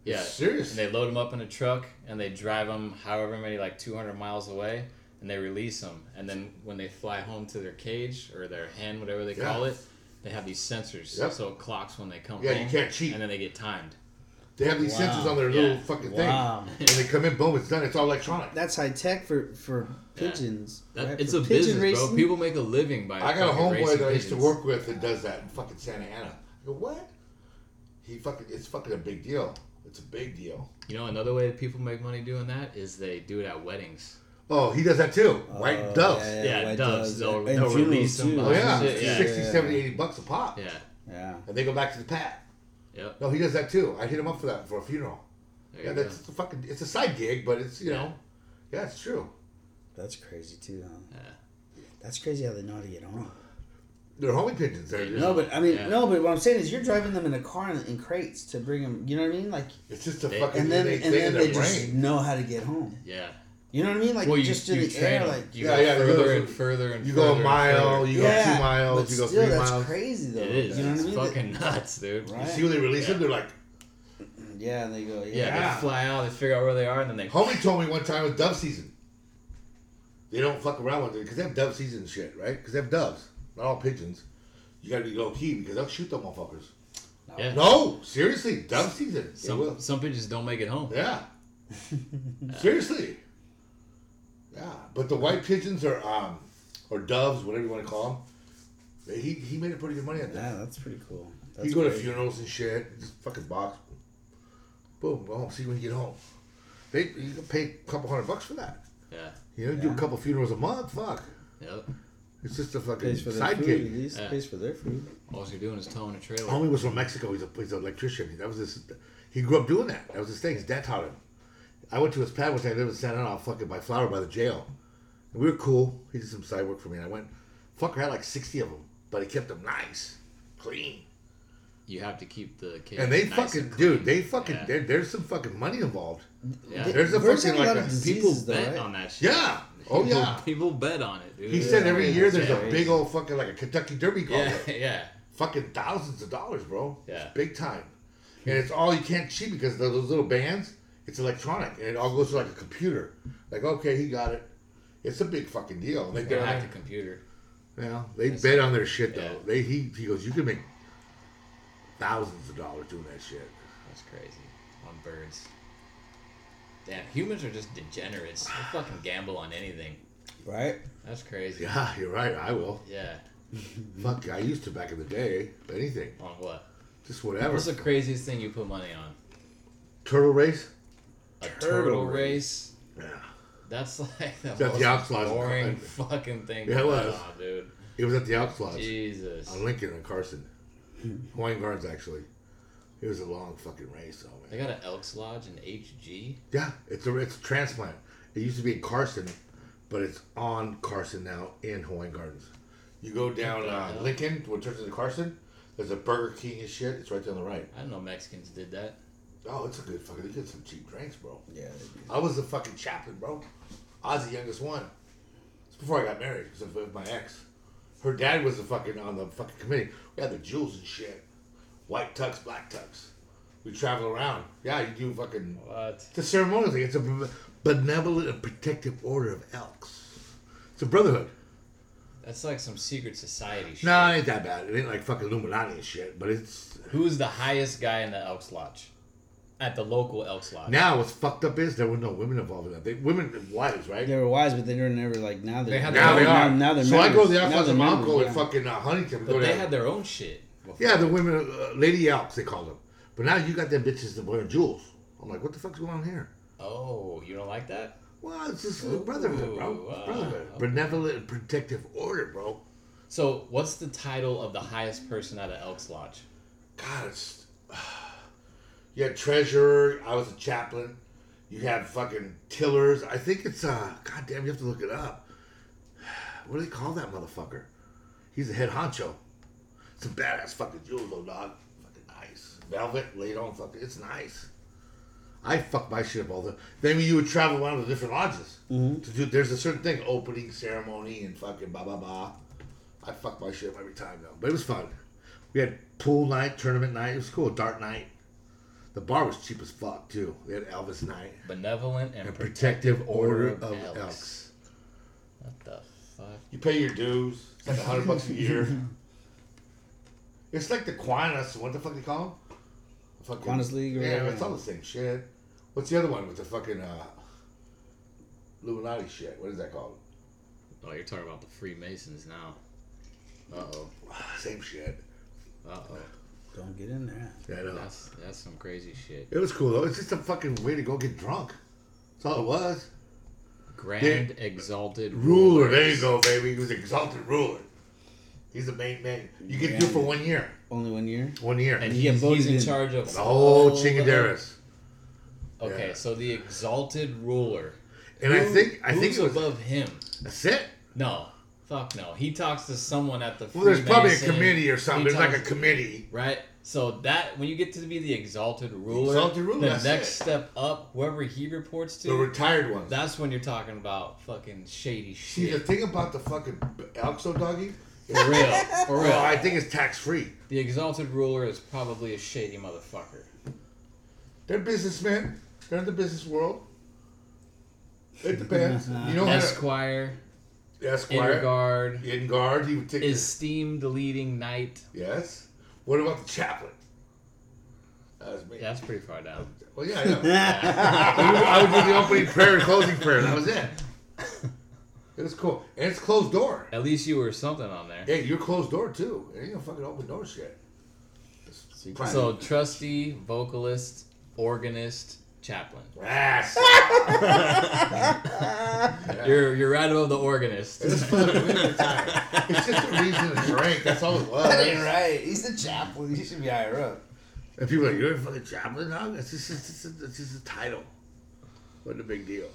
Yeah.
Serious.
And they load them up in a truck and they drive them however many, like 200 miles away, and they release them. And then when they fly home to their cage or their hen, whatever they
Yeah.
call it, they have these sensors.
Yep.
So it clocks when they come
Yeah, you
home.
can't cheat.
And then they get timed.
They have these
Wow.
sensors on their
Yeah.
little fucking
Um,
Wow.
thing. And they come in, boom, it's done. It's all electronic.
That's high tech for for
Yeah.
pigeons.
That,
right?
It's
For
a
pigeon
business, bro.
racing?
People make a living by
I got a
fucking
homeboy
racing
that I used to
pigeons.
work with that does that in fucking Santa Ana. I go, what? He fucking, it's fucking a big deal. It's a big deal.
You know, another way that people make money doing that is they do it at weddings.
Oh, he does that too. White
Oh,
doves.
yeah,
Yeah,
Yeah,
white
doves. They'll,
And
they'll
funerals,
release them.
too.
Oh, yeah.
Yeah.
Yeah.
60, 70, 80 bucks a pop.
Yeah.
Yeah.
And they go back to the pat.
Yep.
No, he does that too. I hit him up for that for a funeral.
There
Yeah,
you go.
that's a fucking, it's a side gig, but it's, you
Yeah.
know, yeah, it's true.
That's crazy too. Huh?
Yeah.
That's crazy how they know how to get on.
They're homing pigeons. They're just,
No, but I mean,
Yeah.
no, but what I'm saying is you're driving them in a car in, in crates to bring them. You know what I mean? Like,
It's just a
They-
fucking
and then
innate
and,
thing in
then
their
they just
brain.
know how to get home.
Yeah.
You know what I mean? Like
well, you
just
you
in the
train
air,
them.
like
you
Yeah,
go
yeah, you
further
go-
and further and
You
further
go a
and
mile,
further.
you go two miles,
but
you go
still,
three
that's
miles.
crazy though.
It is.
You know what I
it's
mean?
fucking nuts, dude.
Right.
You see when they release
Yeah.
them, they're like,
Yeah, they go. Yeah.
Yeah,
Yeah.
they fly out, they figure out where they are, and then they.
Homie told me one time it's dove season. They don't fuck around with it because they have dove season and shit, right? Because they have doves, not all pigeons. You gotta be low key because they'll shoot them motherfuckers.
Yeah.
No, seriously, dove season. They
Some
will.
some pigeons don't make it home.
Yeah. seriously. Yeah, but the white pigeons are um or doves, whatever you want to call them. He he made a pretty good money at that.
Yeah, that's pretty cool. That's
You go to
crazy.
funerals and shit, just fucking box. Boom, go home. See when you get home. They you can pay a couple hundred bucks for that.
Yeah.
You know, do a couple funerals a month. Fuck,
Yep.
it's just a fucking
Pays for their
side
food.
gig.
At least
Yeah.
pays for their food.
All you're doing is towing a trailer.
Homie was from Mexico. He's a he's an electrician. That was his. He grew up doing that. That was his thing. His dad taught him. I went to his pad one time. I lived in Santa Ana, fucking by flower by the jail. And we were cool. He did some side work for me, and I went. Fucker had like sixty of them, but he kept them nice, clean.
You have to keep the cage.
And they
nice
fucking
and
dude,
clean.
they fucking
Yeah.
there, there's some fucking money involved.
Yeah.
There's a
Birds
fucking
have a lot
like
of
a-
diseases,
People
though,
bet
right?
on that shit.
Yeah. Oh
People-
yeah.
People bet on it, dude.
He said every year there's a
Yeah.
big old fucking like a Kentucky Derby call.
Yeah. Yeah.
fucking thousands of dollars, bro.
Yeah.
It's big time. And it's all you can't cheat because those those little bands, it's electronic and it all goes to like a computer. Like, okay, he got it. It's a big fucking deal. They
They
bet on
hack the
their,
computer.
you know, they bet on their shit though.
Yeah.
They he he goes, you can make thousands of dollars doing that shit.
That's crazy. On birds. Damn, humans are just degenerates. They fucking gamble on anything.
Right.
That's crazy.
Yeah, you're right. I will.
Yeah.
Fuck, I used to back in the day. Anything,
On what?
just whatever.
What's the craziest thing you put money on?
Turtle race.
A turtle,
Turtle
race?
Yeah.
That's like the
the
most
Outlaws
boring
and-
fucking thing.
Yeah, it
going
was.
on, dude.
It was at the Elks Lodge.
Jesus.
on Lincoln and Carson. Hawaiian Gardens, actually. It was a long fucking race, though,
They
man.
got an Elks Lodge in HG.
Yeah, it's a it's a transplant. It used to be in Carson, but it's on Carson now in Hawaiian Gardens. You go down uh, Lincoln, what turns into Carson. There's a Burger King and shit. It's right down the right.
I didn't know Mexicans did that.
Oh, it's a good fucking. They get some cheap drinks, bro.
Yeah.
I was the fucking chaplain, bro. I was the youngest one. It's before I got married because of my ex. Her dad was the fucking on the fucking committee. We had the jewels and shit, white tux, black tux. We travel around. Yeah, you do fucking.
What?
It's a ceremonial thing. It's a benevolent and protective order of elks. It's a brotherhood.
That's like some secret society shit.
No, it ain't that bad. It ain't like fucking Illuminati and shit. But it's
Who's the highest guy in the Elks Lodge? At the local Elks Lodge.
now what's fucked up is there were no women involved in that. They, women wives, right?
They were wise, but they were never like now they're
They had
Now
their
they
now,
are.
now they're
so I go to the
members. Now
elks with
they're
my
members,
uncle
yeah.
in fucking uh, Huntington. We go
but they
down.
had their own shit.
Yeah, the women, uh, Lady Elks, they call them. But now you got them bitches that wearing jewels. I'm like, what the fuck's going on here?
Oh, you don't like that?
Well, it's just
Ooh,
brotherhood, bro.
wow,
brotherhood.
okay.
Benevolent and protective order, bro.
So, what's the title of the highest person at the Elks Lodge?
God, it's. you had treasurer. I was a chaplain. You had fucking tillers. I think it's, uh, God damn, you have to look it up. What do they call that motherfucker? He's the head honcho. Some badass fucking jewels, though, dog. Fucking nice. Velvet laid on fucking. It's nice. I fuck my shit up all the. Then you would travel around to different lodges
Mhm.
to do. There's a certain thing, opening ceremony and fucking blah blah blah. I fuck my shit up every time though, but it was fun. We had pool night, tournament night. It was cool. Dart night. The bar was cheap as fuck too. They had Elvis night
Benevolent and,
and
protective.
Protective Order
Order
of
of Elks.
Elks.
What the fuck?
You pay your dues. It's like a hundred bucks a year. It's like the Qantas. What the fuck they call them? The fucking-
Qantas League or
yeah,
whatever.
it's all the same shit. What's the other one with the fucking uh, Illuminati shit? What is that called?
Oh, you're talking about the Freemasons now. Uh oh.
Same shit. uh,
Uh oh.
Don't get in there.
Yeah, I know.
That's that's some crazy shit.
It was cool though. It's just a fucking way to go get drunk. That's all it was.
Grand exalted
Ruler,
rulers.
there you go, baby. He was exalted ruler. He's the main man. You get do it for one year.
Only one year.
One year.
And
And
You get
he's, he's
voted
in
in.
charge of
the whole
all the-
Oh, Chingaderas.
Okay,
Yeah.
so the exalted ruler.
And I think I
Who's
think it was,
above him.
that's it.
No, fuck no. He talks to someone at the.
Well, there's probably a
Freemason.
committee or something.
He
There's like a
talks-
committee.
Right. So that when you get to be the exalted ruler,
Exalted ruler,
the
that's
next
it.
step up, whoever he reports to,
The retired ones.
that's when you're talking about fucking shady
See, the
shit.
thing about the fucking Elks though, doggy,
For real. For real.
well, Oh, I think it's tax free.
The exalted ruler is probably a shady motherfucker.
They're businessmen. They're in the business world. It depends. You know how to,
Esquire,
Esquire,
Innerguard,
in guard, he would take.
esteemed leading knight.
yes. What about the chaplain? That was me.
Yeah, that's pretty far down.
Well, yeah, I know. I, would, I would do the opening prayer and closing prayer. That was it. It was cool, and it's closed door.
At least you were something on there.
Yeah, you're closed door too. It ain't no fucking open door shit. It's private.
So trustee, vocalist, organist, chaplain.
Yes.
You're you're right above the organist.
It's fun to win every time. It's just a reason to drink. That's all it
That ain't
was.
right. He's the chaplain. He should be higher up.
And people are like, you're a fucking chaplain now? It's just, it's, just, it's just a title. What a big deal.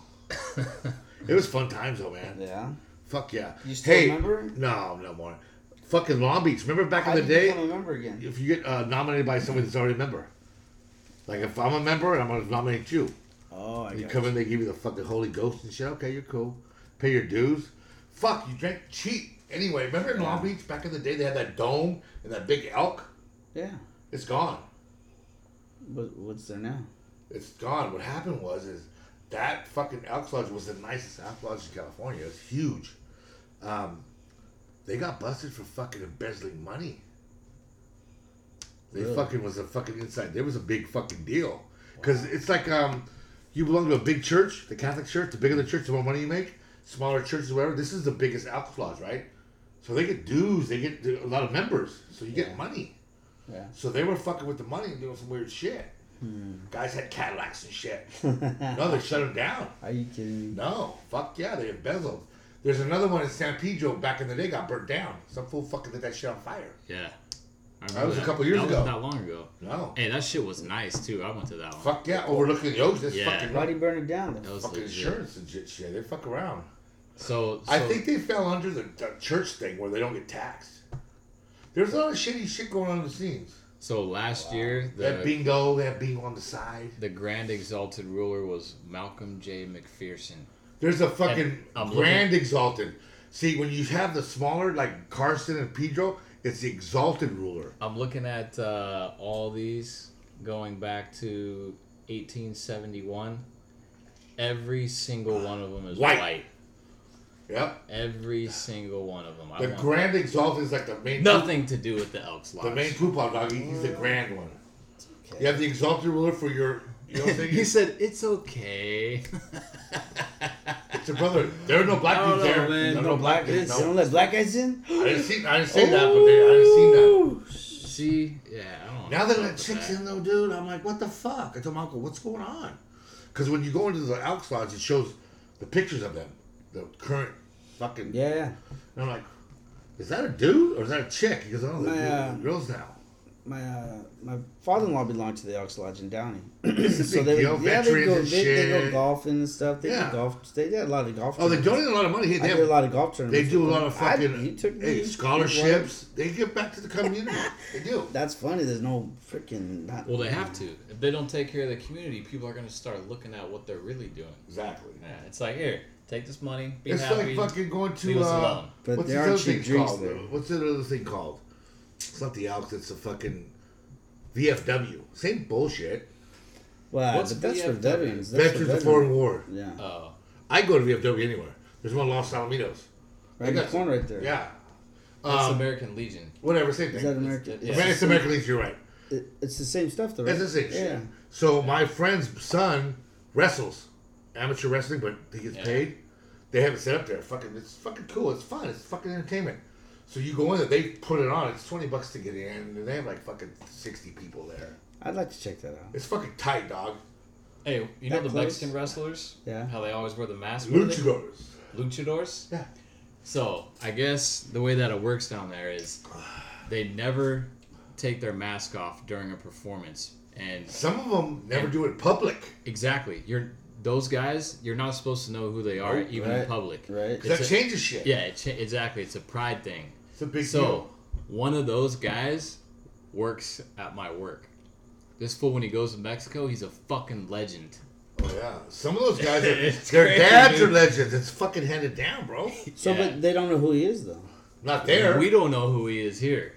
it was fun times, though, man.
Yeah.
Fuck yeah.
You still
hey,
remember?
No, no more. Fucking Long Beach. Remember back
How
in
did
the
you
day?
become a member again?
If you get uh, nominated by somebody that's already a member. Like, if I'm a member and I'm going to nominate you.
Oh, I
You
got
come in, they give you the fucking Holy Ghost and shit. Okay, you're cool. Pay your dues. Fuck, you drank cheap. Anyway, remember in Long Beach back in the day they had that dome and that big elk?
Yeah.
It's gone.
What, what's there now?
It's gone. What happened was is that fucking elk lodge was the nicest elk lodge in California. It's huge. Um, they got busted for fucking embezzling money. They
Really?
fucking was a fucking inside. There was a big fucking deal because it's like um, you belong to a big church, the Catholic church. The bigger the church, the more money you make. Smaller churches, whatever. This is the biggest elk lodge, right? So they get dues. They get a lot of members. So you get money.
Yeah.
So they were fucking with the money and doing some weird shit.
Hmm.
Guys had Cadillacs and shit. no, they shut them down.
Are you kidding me?
No, fuck yeah, they embezzled. There's another one in San Pedro back in the day got burnt down. Some fool fucking lit that shit on fire.
Yeah. I remember
That was a couple years
that
ago.
Was not long ago.
No.
Hey, that shit was nice too. I went to that one.
Fuck yeah, overlooking the ocean. That's
Yeah.
fucking
Why'd he burn it down
That
then?
was
Fucking
legit.
insurance and shit, shit. They fuck around.
So, so
I think they fell under the, the church thing where they don't get taxed. There's a lot of shitty shit going on in the scenes.
so. Last year,
They had
the
bingo, they had bingo on the side.
the grand exalted ruler was Malcolm J. McPherson.
There's a fucking
I'm
grand exalted. See, when you have the smaller like Carson and Pedro, it's the exalted ruler.
I'm looking at uh, all these going back to 1871. Every single one of them is
White.
white.
Yep.
Every single one of them. I
The
want
grand exalted is like the main
nothing to do with the Elks Lodge.
the main coupon dog. He- He's the grand one.
Okay.
You have the exalted ruler for your. You know what I'm
he
saying?
said it's okay.
it's a brother. There are no black
I don't
dudes
know,
there.
man.
There are
No
no black dudes.
They don't
No.
let black guys in?
I didn't see. I didn't say that, but they, I didn't see that.
See, yeah, I don't know.
Now that
about
that chick's
that.
in though, dude, I'm like, what the fuck? I told my uncle, what's going on? Because when you go into the Elks Lodge, it shows the pictures of them, the current fucking
Yeah.
And I'm like, is that a dude or is that a chick? He goes, oh, they're
Yeah.
girls now.
my uh, my father-in-law belonged to the Elks Lodge in Downey,
It's a
so
big
they
deal.
yeah they
Veterans
go
and
they, they go
shit.
golfing and stuff. They
Yeah.
do golf. They did a lot of golf.
Oh, they
tournaments.
donate a lot of money. Hey,
I
they,
did a
have,
lot of golf
they
tournaments.
do a lot of
I-
fucking
you took
hey,
me-
scholarships. They give back to the community. they do.
That's funny. There's no freaking. Not,
Well, they have to. If they don't take care of the community, people are going to start looking at what they're really doing.
Exactly.
Yeah, it's like here, take this money, be
it's
happy.
like fucking going
leave
to.
us
Uh,
alone.
But
what's
there
this other
aren't cheap
thing
drinks
called?
there.
What's that other thing called? It's not the Alps. It's the fucking VFW. Same bullshit.
Wow,
What's
but that's for
VFW?
veterans. That's for
Veterans Uh, of
veterans.
Foreign War.
Yeah,
oh,
I go to VFW anywhere. There's one in Los Alamitos.
right in the
got-
corner right there.
Yeah.
that's
Um,
American Legion.
whatever, same
Is
thing.
that American?
Yeah.
Man, it's American Legion, you're right.
It, it's the same stuff, though. Right?
That's the same shit.
Yeah.
So my friend's son wrestles, amateur wrestling, but he gets
Yeah.
paid. They have it set up there. Fucking, it's fucking cool. It's fun. It's fucking entertainment. So you go in there, they put it on. It's twenty bucks to get in, and they have like fucking sixty people there.
I'd like to check that out.
It's fucking tight, dog.
Hey, you know
That
the
close?
Mexican wrestlers?
Yeah.
How they always wear the mask? What are they-
Luchadors.
Luchadors?
Yeah.
So I guess the way that it works down there is they never take their mask off during a performance, and
Some of them never do it in public.
exactly, you're those guys. You're not supposed to know who they are,
Nope,
even in
right,
public.
Right.
'Cause that
It's a-
changes shit.
Yeah, it cha- exactly. It's a pride thing.
It's a big
So
deal.
one of those guys works at my work. This fool, when he goes to Mexico, he's a fucking legend.
Oh yeah. Some of those guys, are,
It's
their
crazy,
dads
dude.
are legends. It's fucking handed down, bro.
So,
Yeah.
but they don't know who he is, though.
Not there.
We don't know who he is here.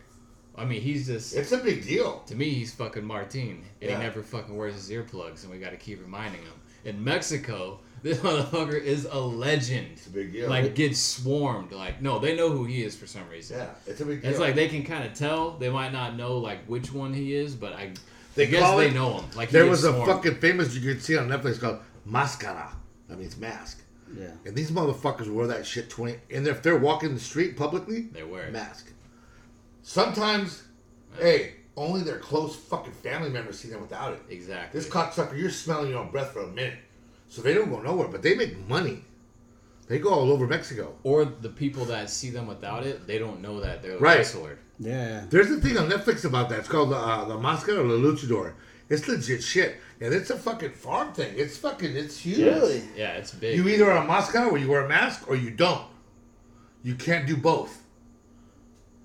I mean, he's just
It's a big deal.
to me, he's fucking Martin, and
Yeah.
he never fucking wears his earplugs, and we got to keep reminding him. In Mexico, this motherfucker is a legend.
It's a big deal.
Like gets swarmed. Like no, they know who he is for some reason.
yeah, it's a big deal.
It's like they can kind of tell. They might not know like which one he is, but I,
They
I guess
call
they
it-
know him. Like he
There
gets
was a
swarmed.
fucking famous you could see on Netflix called Mascara. That means mask.
Yeah.
And these motherfuckers wear that shit twenty. And if they're walking the street publicly,
They wear it.
mask. Sometimes, hey, only their close fucking family members see them without it.
exactly.
This cocksucker, you're smelling your own breath for a minute, so they don't go nowhere. But they make money. They go all over Mexico.
or the people that see them without it, they don't know that they're a
Right.
wrestler.
Yeah.
There's a thing on Netflix about that. It's called uh, La Mascara or La Luchador. It's legit shit, and it's a fucking farm thing. It's fucking it's huge.
Really?
Yeah, it's big.
You either are a Moscow or you wear a mask or you don't. You can't do both.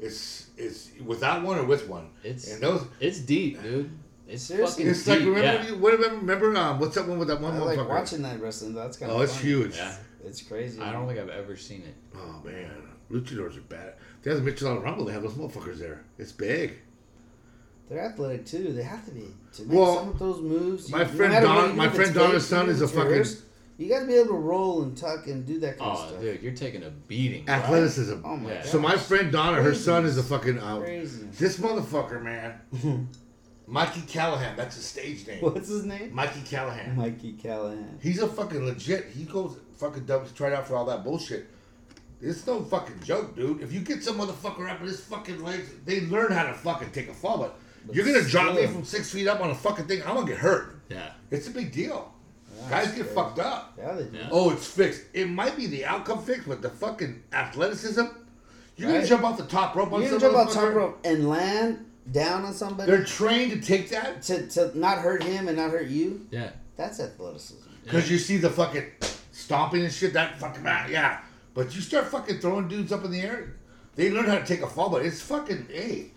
It's it's without one or with one.
It's-
and those.
it's deep, dude. It's
Seriously?
fucking
It's
deep.
like remember
yeah.
you, what remember, remember um, what's that one with that one
I like
motherfucker?
watching that wrestling. Though. That's kind of.
oh, it's huge.
Yeah.
It's crazy.
I don't think I've ever seen it.
Oh man, luchadors are bad. They have the Michelin Rumble. They have those motherfuckers there. It's big.
They're athletic too. They have to be to make
Well,
some of those moves.
my
no
friend
matter what
Don-
you do,
my
if it's
friend Donna's
fake,
son
even
is
if
a
it's
fucking-
reversed, You got to be able to roll and tuck and do that kind of
Oh,
stuff.
dude, you're taking a beating.
Ah. Athleticism.
Oh my
Yeah.
god.
So my friend Donna, her
Crazy.
son is a fucking uh,
Crazy.
this motherfucker, man. Mikey Callahan. That's his stage name.
What's his name?
Mikey Callahan.
Mikey Callahan.
He's a fucking legit. He goes fucking dumb. He's tried out for all that bullshit. It's no fucking joke, dude. If you get some motherfucker up in his fucking legs, they learn how to fucking take a fall. But, you're gonna drop me
still.
from six feet up on a fucking thing. I'm gonna get hurt.
Yeah.
It's a big deal.
Yeah,
Guys
it's
get
crazy.
fucked up.
Yeah, they do.
Yeah.
Oh, it's fixed. It might be the outcome fix, but the fucking athleticism. You're gonna
Right.
jump off the top rope on
You can
Oh, some
jump out
motherfucker.
top rope and land down on somebody
They're trained to take that
to, to not hurt him and not hurt you.
Yeah.
That's athleticism.
because you see the fucking stomping and shit. That fucking ah, yeah. But you start fucking throwing dudes up in the air. They learn how to take a fall, but it's fucking hey.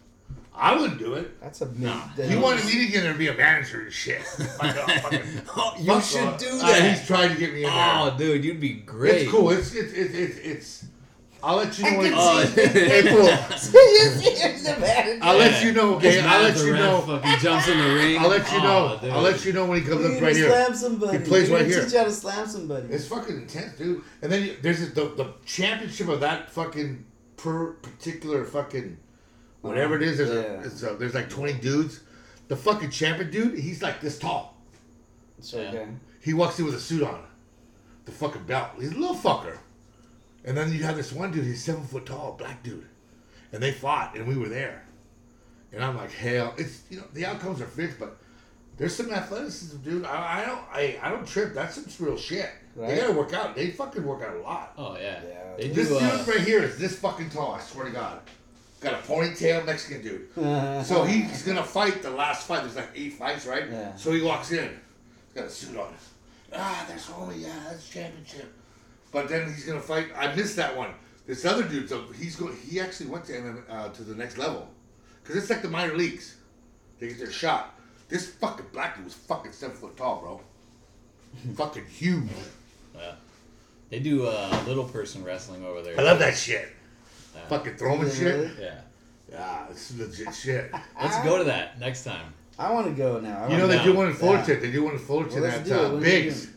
I wouldn't do it.
That's a big.
Nah.
that-
You wanted me to get there and be a manager and shit. Fuck off, fucking-
Oh, you
fuck
should
off.
do
Uh, he's
that.
trying to get me in there.
oh, dude, you'd be great.
It's cool. It's it's it's it's. it's I'll let you know when.
I can see it.
Hey, fool.
You see, here's the manager.
I'll let you know.
Gets
Okay,
mad
I'll
at
let
the
you
ref,
know.
Fucking jumps in the ring.
I'll let you
Oh,
know.
dude.
I'll let you know when he comes
You're
up
gonna
right here.
slam somebody.
He plays
You're
right
gonna
here.
Teach you how to slam somebody.
It's fucking intense, dude. And then you, there's the, the championship of that fucking per particular fucking whatever it is. There's a,
Yeah.
it's a, there's like twenty dudes. The fucking champion dude, he's like this tall.
So, okay.
He walks in with a suit on, the fucking belt. He's a little fucker. And then you have this one dude. He's seven foot tall, black dude, and they fought, and we were there. And I'm like, hell, it's you know the outcomes are fixed, but there's some athleticism, dude. I, I don't, I, I don't trip. That's some real shit. They
Right.
gotta work out. They fucking work out a lot.
Oh yeah.
Yeah.
They
This
do.
dude
Uh,
right here is this fucking tall. I swear to God. Got a ponytail Mexican dude. So he's gonna fight the last fight. There's like eight fights, right?
Yeah.
So he walks in, he's got a suit on. Ah, that's homie. Yeah, that's championship. But then he's gonna fight. I missed that one. This other dude, so he's going. He actually went to MM, uh, to the next level, cause it's like the minor leagues. They get their shot. This fucking black dude was fucking seven foot tall, bro. fucking huge.
They do uh, little person wrestling over there.
I love that shit. fucking throwing shit.
Yeah.
Yeah, it's Ah, legit shit.
Let's go to that next time.
I want to go now. I
You know
wanna-
they
No.
do one in Fullerton.
Yeah.
They do one in Fullerton
Well, let's
at
do it.
uh,
When we
Biggs.
do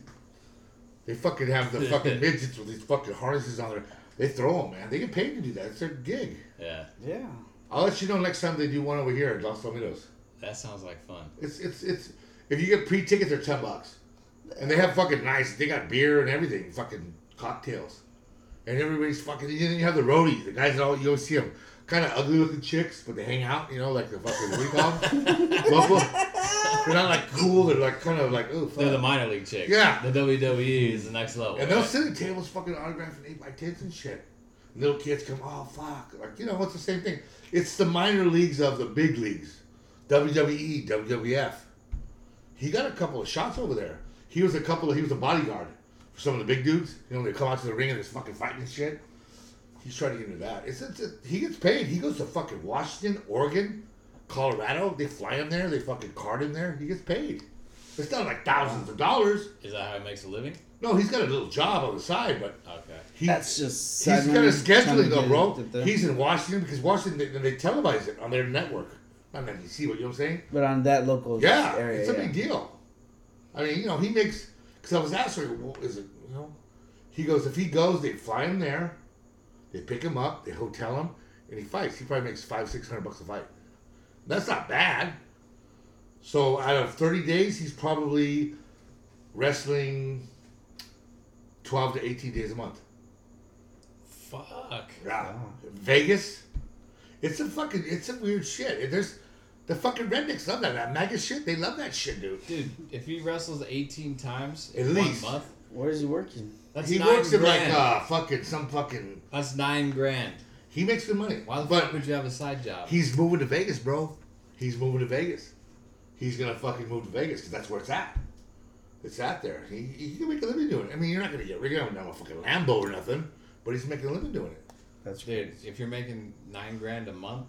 They fucking have the fucking midgets with these fucking harnesses on there. They throw them, man. They get paid to do that. It's their gig.
Yeah.
Yeah.
I'll let you know next time they do one over here at Los Alamitos.
That sounds like fun.
It's it's it's. If you get pre tickets, they're ten bucks, and they have fucking nice. They got beer and everything, fucking cocktails, and everybody's fucking. And then you have the roadies, the guys that all you always see them, kind of ugly looking chicks, but they hang out, you know, like the fucking what do you call 'em? Local. They're not like cool. They're like kind of like oh. Fuck.
They're the minor league chicks.
Yeah.
The WWE is the next level.
And they'll
right?
sit at tables fucking autographing 8 by 10s and shit. And little kids come, oh, fuck. Like, you know, it's the same thing. It's the minor leagues of the big leagues E, WWE, WWF. He got a couple of shots over there. He was a couple of, he was a bodyguard for some of the big dudes. You know, they come out to the ring and they're fucking fighting and shit. He's trying to get into that. It's, it's, it- he gets paid. He goes to fucking Washington, Oregon, Colorado. They fly him there. They fucking card him there. He gets paid. It's not like thousands of dollars.
Is that how it makes a living?
No, he's got a little job on the side, but
Okay.
he,
That's just.
he's
side
got a
money, trying
scheduling
to
though,
get
bro.
it there.
He's in Washington because Washington they, they televise it on their network, not NBC. What you know what I'm saying?
But on that local
Yeah,
area.
it's a
yeah.
big deal. I mean, you know, he makes because I was asked, like, well, is it you know? He goes if he goes, they fly him there, they pick him up, they hotel him, and he fights. He probably makes five six hundred bucks a fight. That's not bad. So out of thirty days, he's probably wrestling twelve to eighteen days a month.
Fuck.
Yeah. Vegas. It's a fucking. It's a weird shit. And there's the fucking rednecks love that. That MAGA shit. They love that shit, dude.
Dude, if he wrestles 18 times
At
in
least.
one month,
Where's he working?
that's
he
nine
works in
grand.
like uh fucking some fucking.
That's nine grand.
He makes good money.
Why the
but
fuck would you have a side job?
he's moving to Vegas, bro. He's moving to Vegas. He's gonna fucking move to Vegas because that's where it's at. It's out there. He, he can make a living doing it. I mean, you're not gonna get rid of him now a fucking Lambo or nothing, but he's making a living doing it.
That's
Dude, if you're making nine grand a month,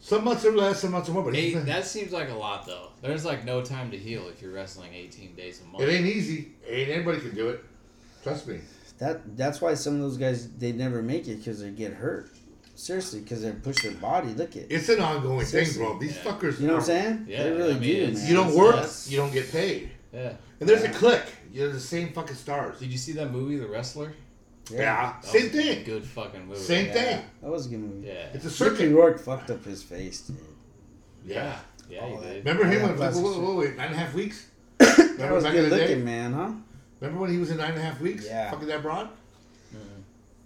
Some months are less, some months are more. But
eight,
he's
that seems like a lot though. There's like no time to heal if you're wrestling 18 days a month.
it ain't easy. Ain't anybody can do it. Trust me.
That that's why some of those guys they never make it because they get hurt. Seriously, because they push their body. Look at
It's an ongoing thing,
Seriously.
bro. These
Yeah.
fuckers.
you know what I'm
are-
saying?
Yeah,
they really
I mean,
do.
it's-
Man.
You don't work,
Yes.
you don't get paid.
Yeah.
And there's a click. You're the same fucking stars.
Did you see that movie, The Wrestler?
Yeah, same thing.
Good fucking movie.
Same
Yeah,
thing.
That was a good movie.
Yeah.
It's a
Ricky
circuit.
Rourke fucked up his face, dude.
Yeah. Yeah,
Oh,
he did.
Remember him?
Yeah,
when, like,
classic
whoa,
shit.
whoa, wait, nine and a half weeks.
That
Remember
was
back in
good
the
looking,
day?
man, huh?
Remember when he was in nine and a half weeks?
Yeah.
Fucking that broad.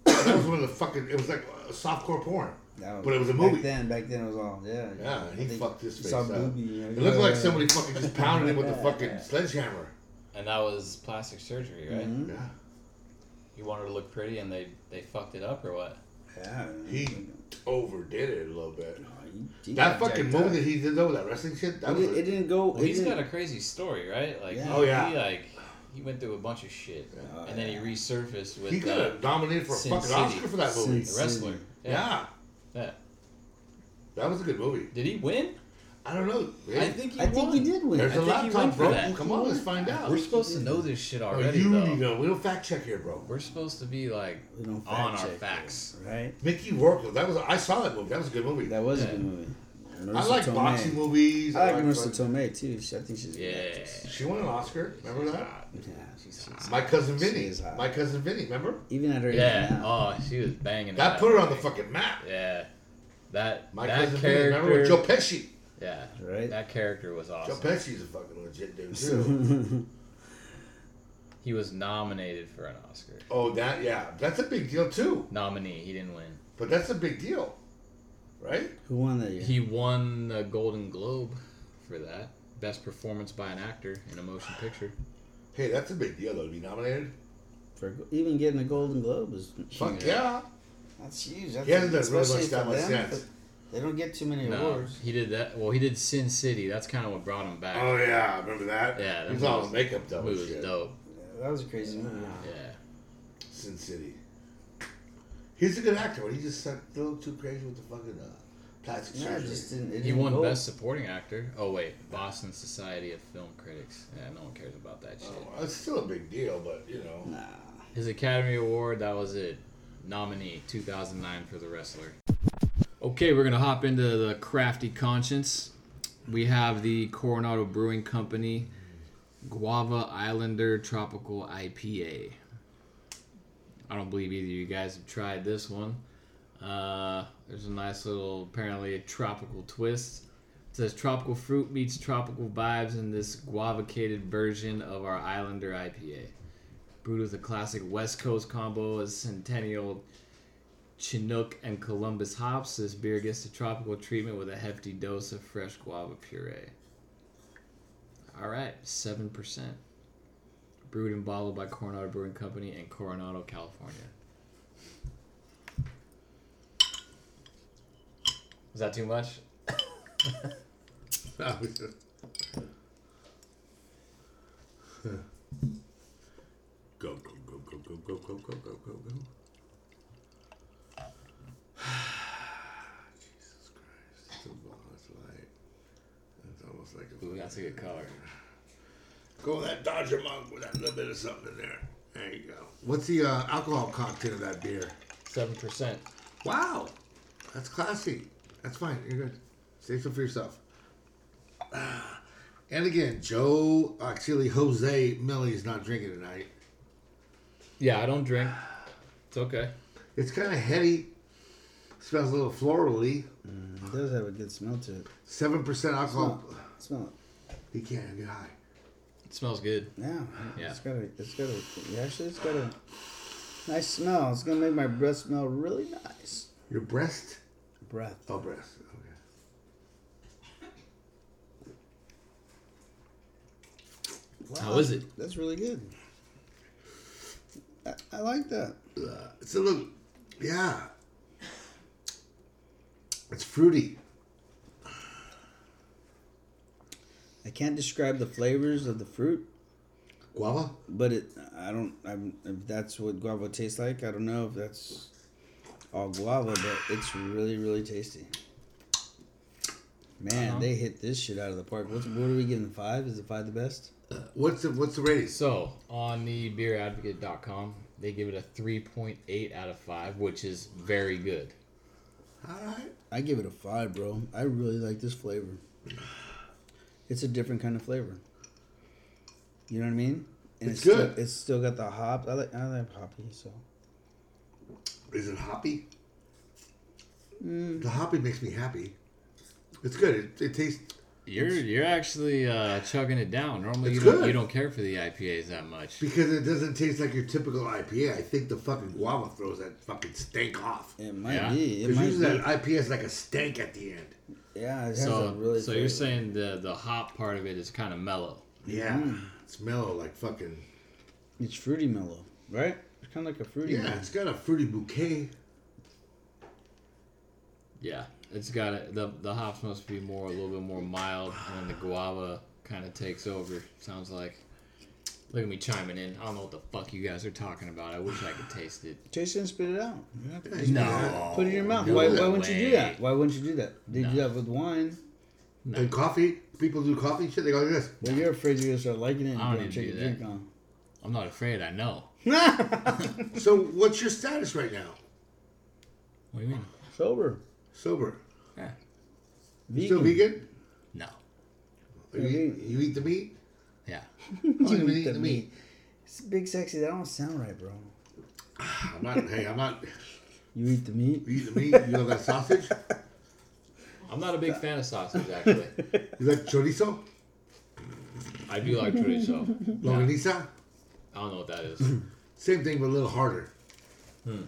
That was one of the fucking. It was like uh, softcore porn.
That
But it was a movie.
Back then, back then it was all yeah.
Yeah,
I
he
think
fucked his
you
face
saw
up.
Booby, you know,
It looked like
yeah.
somebody fucking just pounded him with a fucking sledgehammer.
And that was plastic surgery, right?
Mhm.
Yeah.
You wanted to look pretty and they, they fucked it up or what?
Yeah,
He overdid it a little bit.
he
That
got
fucking
jacked
movie
up.
that he did though, that wrestling shit, that
It,
was.
it didn't go.
Well,
it
he's
didn't-
got a crazy story, right? Like,
Yeah.
he-
Oh, yeah.
He, like, he went through a bunch of shit.
Yeah.
and then he resurfaced with
he could
uh,
have nominated for a
Sin
fucking
City.
Oscar for that movie.
the wrestler.
Yeah.
Yeah.
that was a good movie.
Did he win?
I don't know.
I
man.
think he
I
won.
think he did win.
There's
I
a
think he
laptop,
went for
bro.
that.
Come on, let's find out.
We're supposed to know this shit
Oh,
already,
you
though.
know, we don't fact check here, bro.
We're supposed to be like
We don't fact
on our
check
facts.
right?
Mickey Rourke. That was I saw that movie. That was a good movie.
That was
Yeah.
a good movie.
I
Marissa
like
Tomei.
boxing movies.
I like Marissa
fucking-
Tomei too. She, I think she's a
Yeah.
good actress.
She won an Oscar. Remember that?
Yeah, she's, she's
My cousin
She
Vinny.
is hot.
My cousin Vinny. Remember?
even at her age
Yeah.
now.
Oh, she was banging. it
That
out.
put her on the fucking map.
Yeah. That
My
that
cousin Vinny.
character.
Remember with Joe Pesci?
Oh. yeah.
Right.
That character was
Joe
awesome.
Pesci's a fucking legit dude too.
He was nominated for an Oscar.
oh, that yeah, that's a big deal too.
Nominee. He didn't win.
But that's a big deal, right?
Who won that year?
He won the Golden Globe for that best performance by an actor in a motion picture.
Hey, that's a big deal though to be nominated.
For, even getting a Golden Globe was
Fuck yeah.
That's huge. That's
He hasn't done really
Especially
much that
for
much
them.
since.
They don't get too many
No,
awards.
he did that. Well, he did Sin City. That's kind of what brought him back.
Oh yeah, I remember that?
Yeah, that
he was all
was-
in makeup though. and
That movie was
shit.
dope.
Yeah, that was a crazy movie.
Yeah.
Sin City. He's a good actor, but he just went a little too crazy with the fucking uh, plastic
No, it
surgery.
just didn't. It
He
didn't
won
go.
Best Supporting Actor. Oh wait, Boston Society of Film Critics. Yeah, no one cares about that shit.
Oh, it's still a big deal, but you know.
Nah.
His Academy Award, that was it. Nominee 2009 for The Wrestler. Okay, we're going to hop into the crafty conscience. We have the Coronado Brewing Company Guava Islander Tropical IPA. I don't believe either of you guys have tried this one. Uh, there's a nice little, apparently, a tropical twist. It says tropical fruit meets tropical vibes in this guavacated version of our Islander IPA brewed with a classic West Coast combo as centennial Chinook and Columbus hops. This beer gets a tropical treatment with a hefty dose of fresh guava puree. All right, seven percent. Brewed and bottled by Coronado Brewing Company in Coronado, California. Is that too much?
go, go, go, go, go, go, go, go, go, go, go. Jesus Christ. It's a ball. It's light. It's almost like a.
Ooh, that's a good color.
Go with that Dodger Monk with that little bit of something in there. There you go. What's the uh, alcohol content of that beer?
Seven percent.
Wow, that's classy. That's fine. You're good. Save some for yourself. Ah, And again, Joe, actually Jose Millie is not drinking tonight.
Yeah, I don't drink. It's okay.
It's kind of heady. Smells a little florally.
It does have a good smell to it.
Seven percent alcohol.
Smell
He can't get high.
It smells good.
it. Yeah.
Yeah.
It's got a. It's got a. yeah, Actually, it's got a nice smell. It's gonna make my breath smell really nice.
Your breast?
Breath.
Oh, breast. Okay.
How is it?
That's really good. I, I like that.
Uh, It's a little, yeah. It's fruity.
I can't describe the flavors of the fruit,
Guava.
but it. I don't. I'm, if that's what guava tastes like, I don't know if that's all guava, but it's really, really tasty. Man,
Uh-huh.
they hit this shit out of the park. What's, what are we getting? Five? Is the five the best?
What's the what's the rating?
So on the beeradvocate.com, they give it a 3.8 out of 5, which is very good.
All right.
I give it a five, bro. I really like this flavor. It's a different kind of flavor. You know what I mean? And
It's
still-
good.
it's still got the hop. I like. I like hoppy. So
Is it hoppy?
Mm.
The hoppy makes me happy. It's good. It, it tastes.
You're you're actually uh, chugging it down. Normally you
It's
don't,
good.
you don't care for the IPAs that much.
Because it doesn't taste like your typical IPA. I think the fucking guava throws that fucking stank off.
it might
Yeah.
be. It
Because
might be.
usually that IPA is like a stank at the end.
Yeah, it has a
So
really.
so you're
flavor.
saying the the hop part of it is kind of mellow.
Yeah.
Mm.
It's mellow, like fucking.
It's fruity mellow, right? It's kind of like a fruity.
Yeah,
mellow.
it's got a fruity bouquet.
Yeah. It's got a, the the hops must be more a little bit more mild and then the guava kind of takes over. Sounds like Look at me chiming in. I don't know what the fuck you guys are talking about. I wish I could taste it.
Taste it and spit it out. You have to
Yeah,
just
No.
Put it in your mouth.
no
why, why wouldn't you
way.
do that? Why wouldn't you do that? They do
No.
that with wine.
And coffee. People do coffee and shit. They go like this.
Well, you're afraid you're gonna start liking it and
I
you're
don't
gonna take
need
a
to
drink
do
on.
I'm not afraid. I know.
So, what's your status right now?
What do you mean?
Sober.
Sober.
Yeah.
Vegan.
Still vegan?
No.
You eat, you eat the meat?
Yeah.
Oh,
You eat the meat. It's big sexy. That don't sound right, bro.
I'm not. Hey, I'm not.
You eat the meat.
You eat the meat. You love that sausage.
I'm not a big fan of sausage, actually.
You like chorizo?
I do like chorizo.
Longaniza?
I don't know what that is.
Same thing, but a little harder.
Hmm.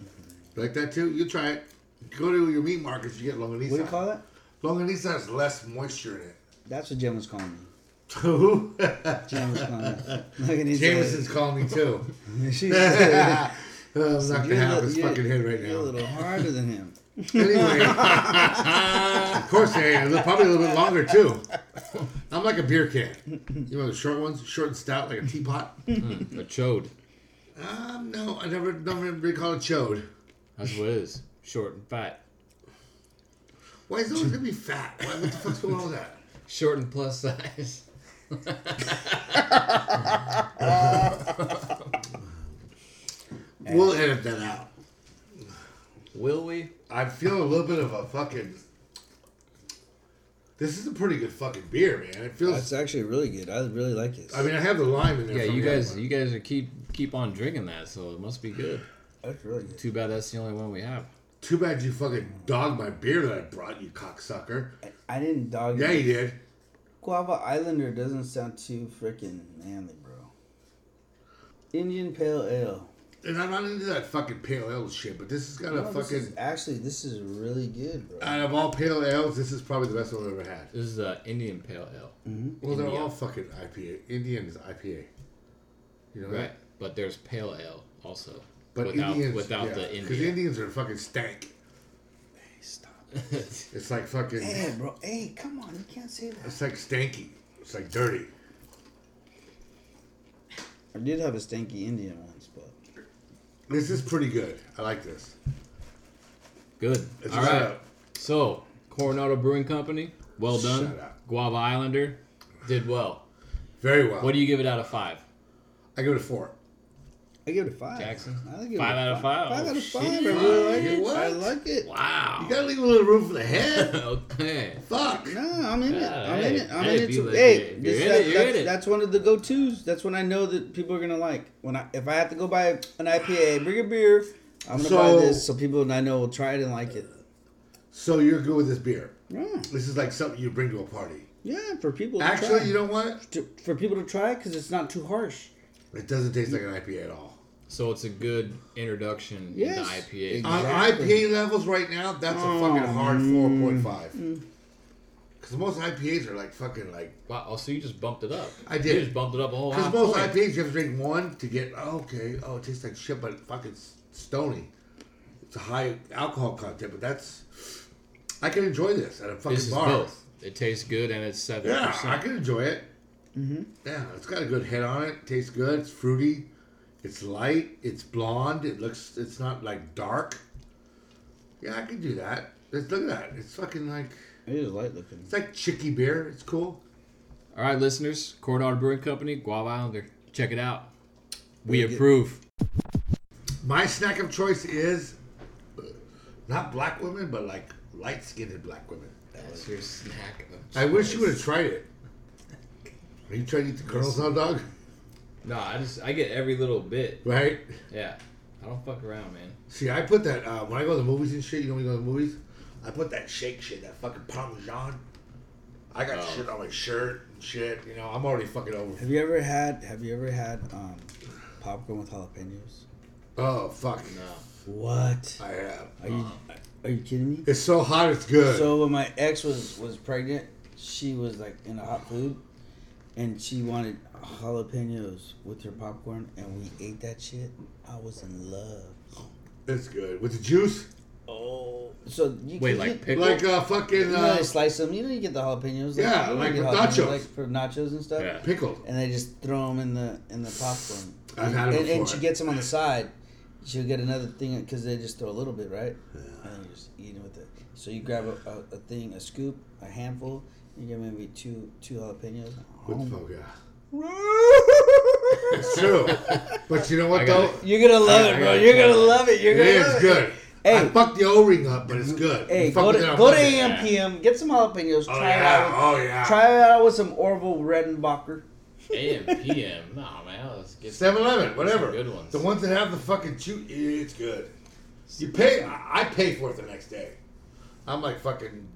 You Like that too? You try it. Go to your meat markets, you get longaniza.
What do you call that?
Longaniza has less moisture in it.
That's what Jen was calling me.
Who?
Jen was calling me. Look at these.
Jameson's calling me too.
She's
Oh, I'm not gonna have his fucking head right
You're a
now.
little harder than him.
Anyway, of course, hey, they're probably a little bit longer too. I'm like a beer can. You know the short ones, short and stout, like a teapot.
A chode.
Um, no, I never, never recall a chode.
That's what it is. Short and fat.
Why is it always gonna be fat? Why, what the fuck's going on with that?
Short and plus size.
We'll edit that out.
Will we?
I feel a little bit of a fucking. This is a pretty good fucking beer, man. It feels.
That's actually really good. I really like this.
I mean, I have the lime in there.
Yeah,
from
you
the other
guys,
one.
you guys are keep keep on drinking that, so it must be good.
That's really good.
Too bad that's the only one we have.
Too bad you fucking dogged my beer that I brought you, cocksucker.
I didn't dog
Yeah,
it.
you did.
Guava Islander doesn't sound too freaking manly, bro. Indian Pale Ale.
And I'm not into that fucking pale ale shit, but this has got
No,
a
this
fucking.
is- actually, this is really good, bro.
Out of all pale ales, this is probably the best one I've ever had.
This is a Indian Pale Ale,
Well, they're
India.
all fucking IPA. Indian is IPA. You know
right?
that?
But there's Pale Ale also,
But
without
Indians,
without the
Because
Indian.
Indians are fucking stank.
hey, stop.
It's like fucking.
Hey, bro. Hey, come on. You can't say that.
It's like stanky. It's like dirty.
I did have a stanky Indian once, but
This is pretty good. I like this.
good.
It's
All
just
right.
a-
So Coronado Brewing Company, well done.
Shut up.
Guava Islander did well.
Very well.
What do you give it out of five?
I give it a four.
I give it a five.
Jackson?
I give it
Five
a
out of five?
Five
Oh,
out of
shit.
five. I really like
You
it.
what?
I like it.
Wow.
You gotta leave a little room for the head.
okay.
Fuck.
No, I'm in it.
Yeah,
I'm
hey,
in it. I'm
hey,
in it.
be
Too.
legit.
Hey,
You're
this,
in
that,
it, you're
that's,
in it.
that's one of the go-tos. That's when I know that people are gonna like. When I if I have to go buy an IPA, bring a beer. I'm gonna buy
So-
this so people that I know will try it and like it.
So you're good with this beer.
Yeah,
This is like something you bring to a party.
yeah. For people to
Actually,
try.
you know what?
To, for people to try because it's not too harsh.
It doesn't taste like an IPA at all.
So it's a good introduction
Yes.
into IPA.
Uh,
On
Exactly.
IPA levels right now, that's a fucking
Oh,
hard
Mm.
4.5. Because most IPAs are like fucking like.
wow. Oh, so you just bumped it up.
I did.
You just bumped it up a whole
Because
half
most
point.
IPAs you have to drink one to get oh, okay. Oh, it tastes like shit, but fucking s- stony. It's a high alcohol content, but that's I can enjoy this at a fucking
This is
bar.
both. It tastes good and it's seven
Yeah, I
percent.
can enjoy it. Mm-hmm. Yeah, it's got a good head on it. Tastes good. It's fruity. It's light. It's blonde. It looks. It's not like dark. Yeah, I can do that. Let's look at that. It's fucking like
It is light looking.
it's like chicky beer. It's cool.
All right, listeners, Coronado Brewing Company, Guava Islander. Check it out. We
We'll get-
approve.
My snack of choice is uh, not black women, but like light skinned black women.
That's your snack. Of
I wish you
choice.
would have tried it. Are you trying to eat the kernels now, dog?
No, I just I get every little bit.
Right?
Yeah, I don't fuck around, man.
See, I put that uh, when I go to the movies and shit. You know, when you go to the movies, I put that shake shit, that fucking parmesan. I got
Oh.
shit on my shirt and shit. You know, I'm already fucking over.
Have you ever had? Have you ever had um, popcorn with jalapenos?
Oh fuck,
No,
What?
I have.
Are you are you kidding me?
It's so hot, it's good.
So when my ex was was pregnant, she was like in a hot food, and she wanted jalapenos with her popcorn, and we ate that shit. I was in love.
it's good with the juice,
Oh, so you
Wait,
you
like
get-
pickle?
like uh, fucking
You know, they
uh,
slice them. You know, you get the jalapenos.
Yeah,
you know,
like
you
with
get jalapenos,
nachos.
like for nachos and stuff.
Yeah.
pickled.
And they just throw them in the in the popcorn.
I've had 'em
and, and
before.
she gets them on the side. She'll get another thing because they just throw a little bit, right? And then you just eat it with it. So you grab a, a, a thing, a scoop, a handful. You get maybe two two jalapenos.
What the
Oh.
fuck? Yeah. It's true, but you know what
I got
though?
it.
You're gonna love
I- I
it, bro.
gotta
You're
try
gonna
that.
love it. You're
It
gonna love
is
it.
good. I
Hey.
fucked the O-ring up, but it's good.
Hey,
You fuck
go to,
with it, I'll
go to
fuck it.
Yeah.
AM PM. Get some jalapenos.
Oh
try it
yeah,
out.
oh yeah.
With, Try it out with some Orville Redenbacher.
AM, PM. Nah, man, let's get
7 Eleven, whatever.
Good ones.
The ones that have the fucking chew, it's good. You pay, I I pay for it the next day. I'm like fucking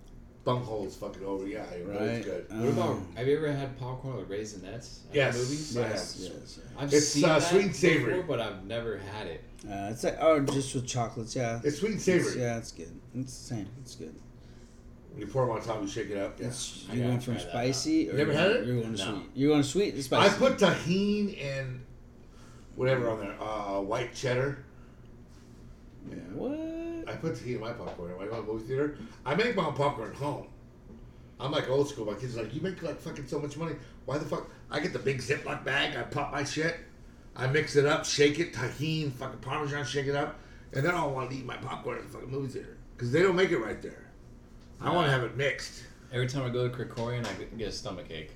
bungholes fucking over. Yeah, you know,
Right.
it's good.
What about?
Um,
Have you ever had popcorn with raisinets? At
Yes.
Movies?
Yes.
yes, yes.
I've
It's,
seen
uh,
that
sweet and savory.
before, but I've never had it.
Uh, it's like oh, just with chocolates, yeah.
It's sweet and savory.
Yeah, it's good. It's the same. It's good.
You pour them on top, you shake it up. Yeah.
It's,
I
you
gotta
going from
try that
spicy or
You ever had it?
You're going
No.
sweet. You're going sweet and
I
spicy.
put tahini and whatever on there, uh, white cheddar.
what?
I I put the heat in my popcorn. When I go to the movie theater, I make my own popcorn at home. I'm like old school. My kids are like, you make like fucking so much money. Why the fuck? I get the big Ziploc bag. I pop my shit. I mix it up, shake it, tahini, fucking parmesan, shake it up, and then I want to eat my popcorn at the fucking movie theater because they don't make it right there. I want to have it mixed.
Every time I go to Krikorian, I get a stomach ache,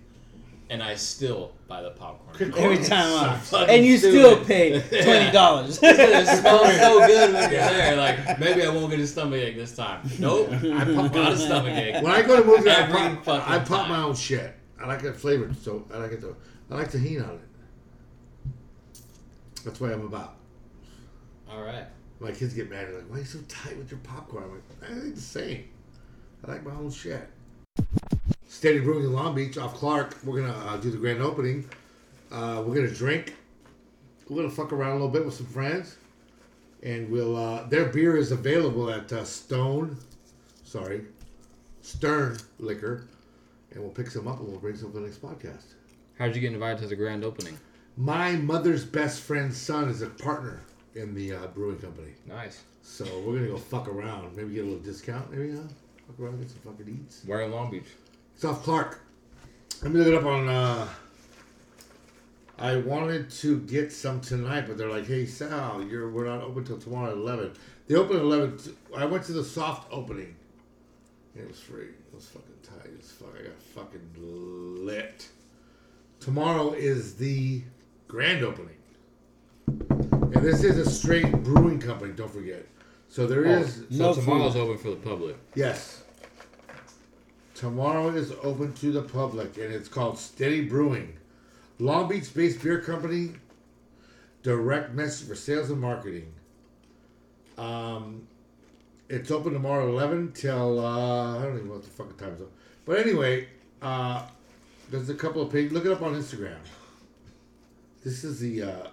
and I still buy the popcorn.
Krikorian
Every time
sucks.
I'm,
Fucking
and you still
stupid.
pay twenty dollars.
it smells so good when you're there. Like maybe I won't get a stomach ache this time. Nope, I pop out a stomach ache.
When I go to movies, I
Every
pop,
fucking
I pop
time.
my own shit. I like it flavored, so I like it though. I like tahini on it. That's what I'm about.
All right.
My kids get mad. They're like, "Why are you so tight with your popcorn?" I'm like, "I ain't the same. I like my own shit." Steady Brewing in Long Beach off Clark. We're gonna uh, do the grand opening. Uh, we're gonna drink. We're gonna fuck around a little bit with some friends, and we'll. Uh, their beer is available at uh, Stone, sorry, Stern Liquor, and we'll pick some up and we'll bring some for the next podcast.
How'd you get invited to the grand opening?
My mother's best friend's son is a partner in the uh, brewing company.
Nice.
So we're gonna go fuck around. Maybe get a little discount. Maybe huh? Fuck around, get some fucking eats.
Where in Long Beach?
It's off Clark. Let me look it up on. uh I wanted to get some tonight, but they're like, "Hey Sal, you're we're not open till tomorrow at 11." They open at 11. t- I went to the soft opening. It was free. It was fucking tight as fuck. I got fucking lit. Tomorrow is the grand opening. And this is a straight brewing company, don't forget. So there is.
So
No
tomorrow's open for the public.
Yes. Tomorrow is open to the public, and it's called Steady Brewing, Long Beach-based beer company. Direct message for sales and marketing. Um, it's open tomorrow at eleven till uh, I don't even know what the fucking time's up. But anyway, uh, there's a couple of pages. Look it up on Instagram. This is the uh,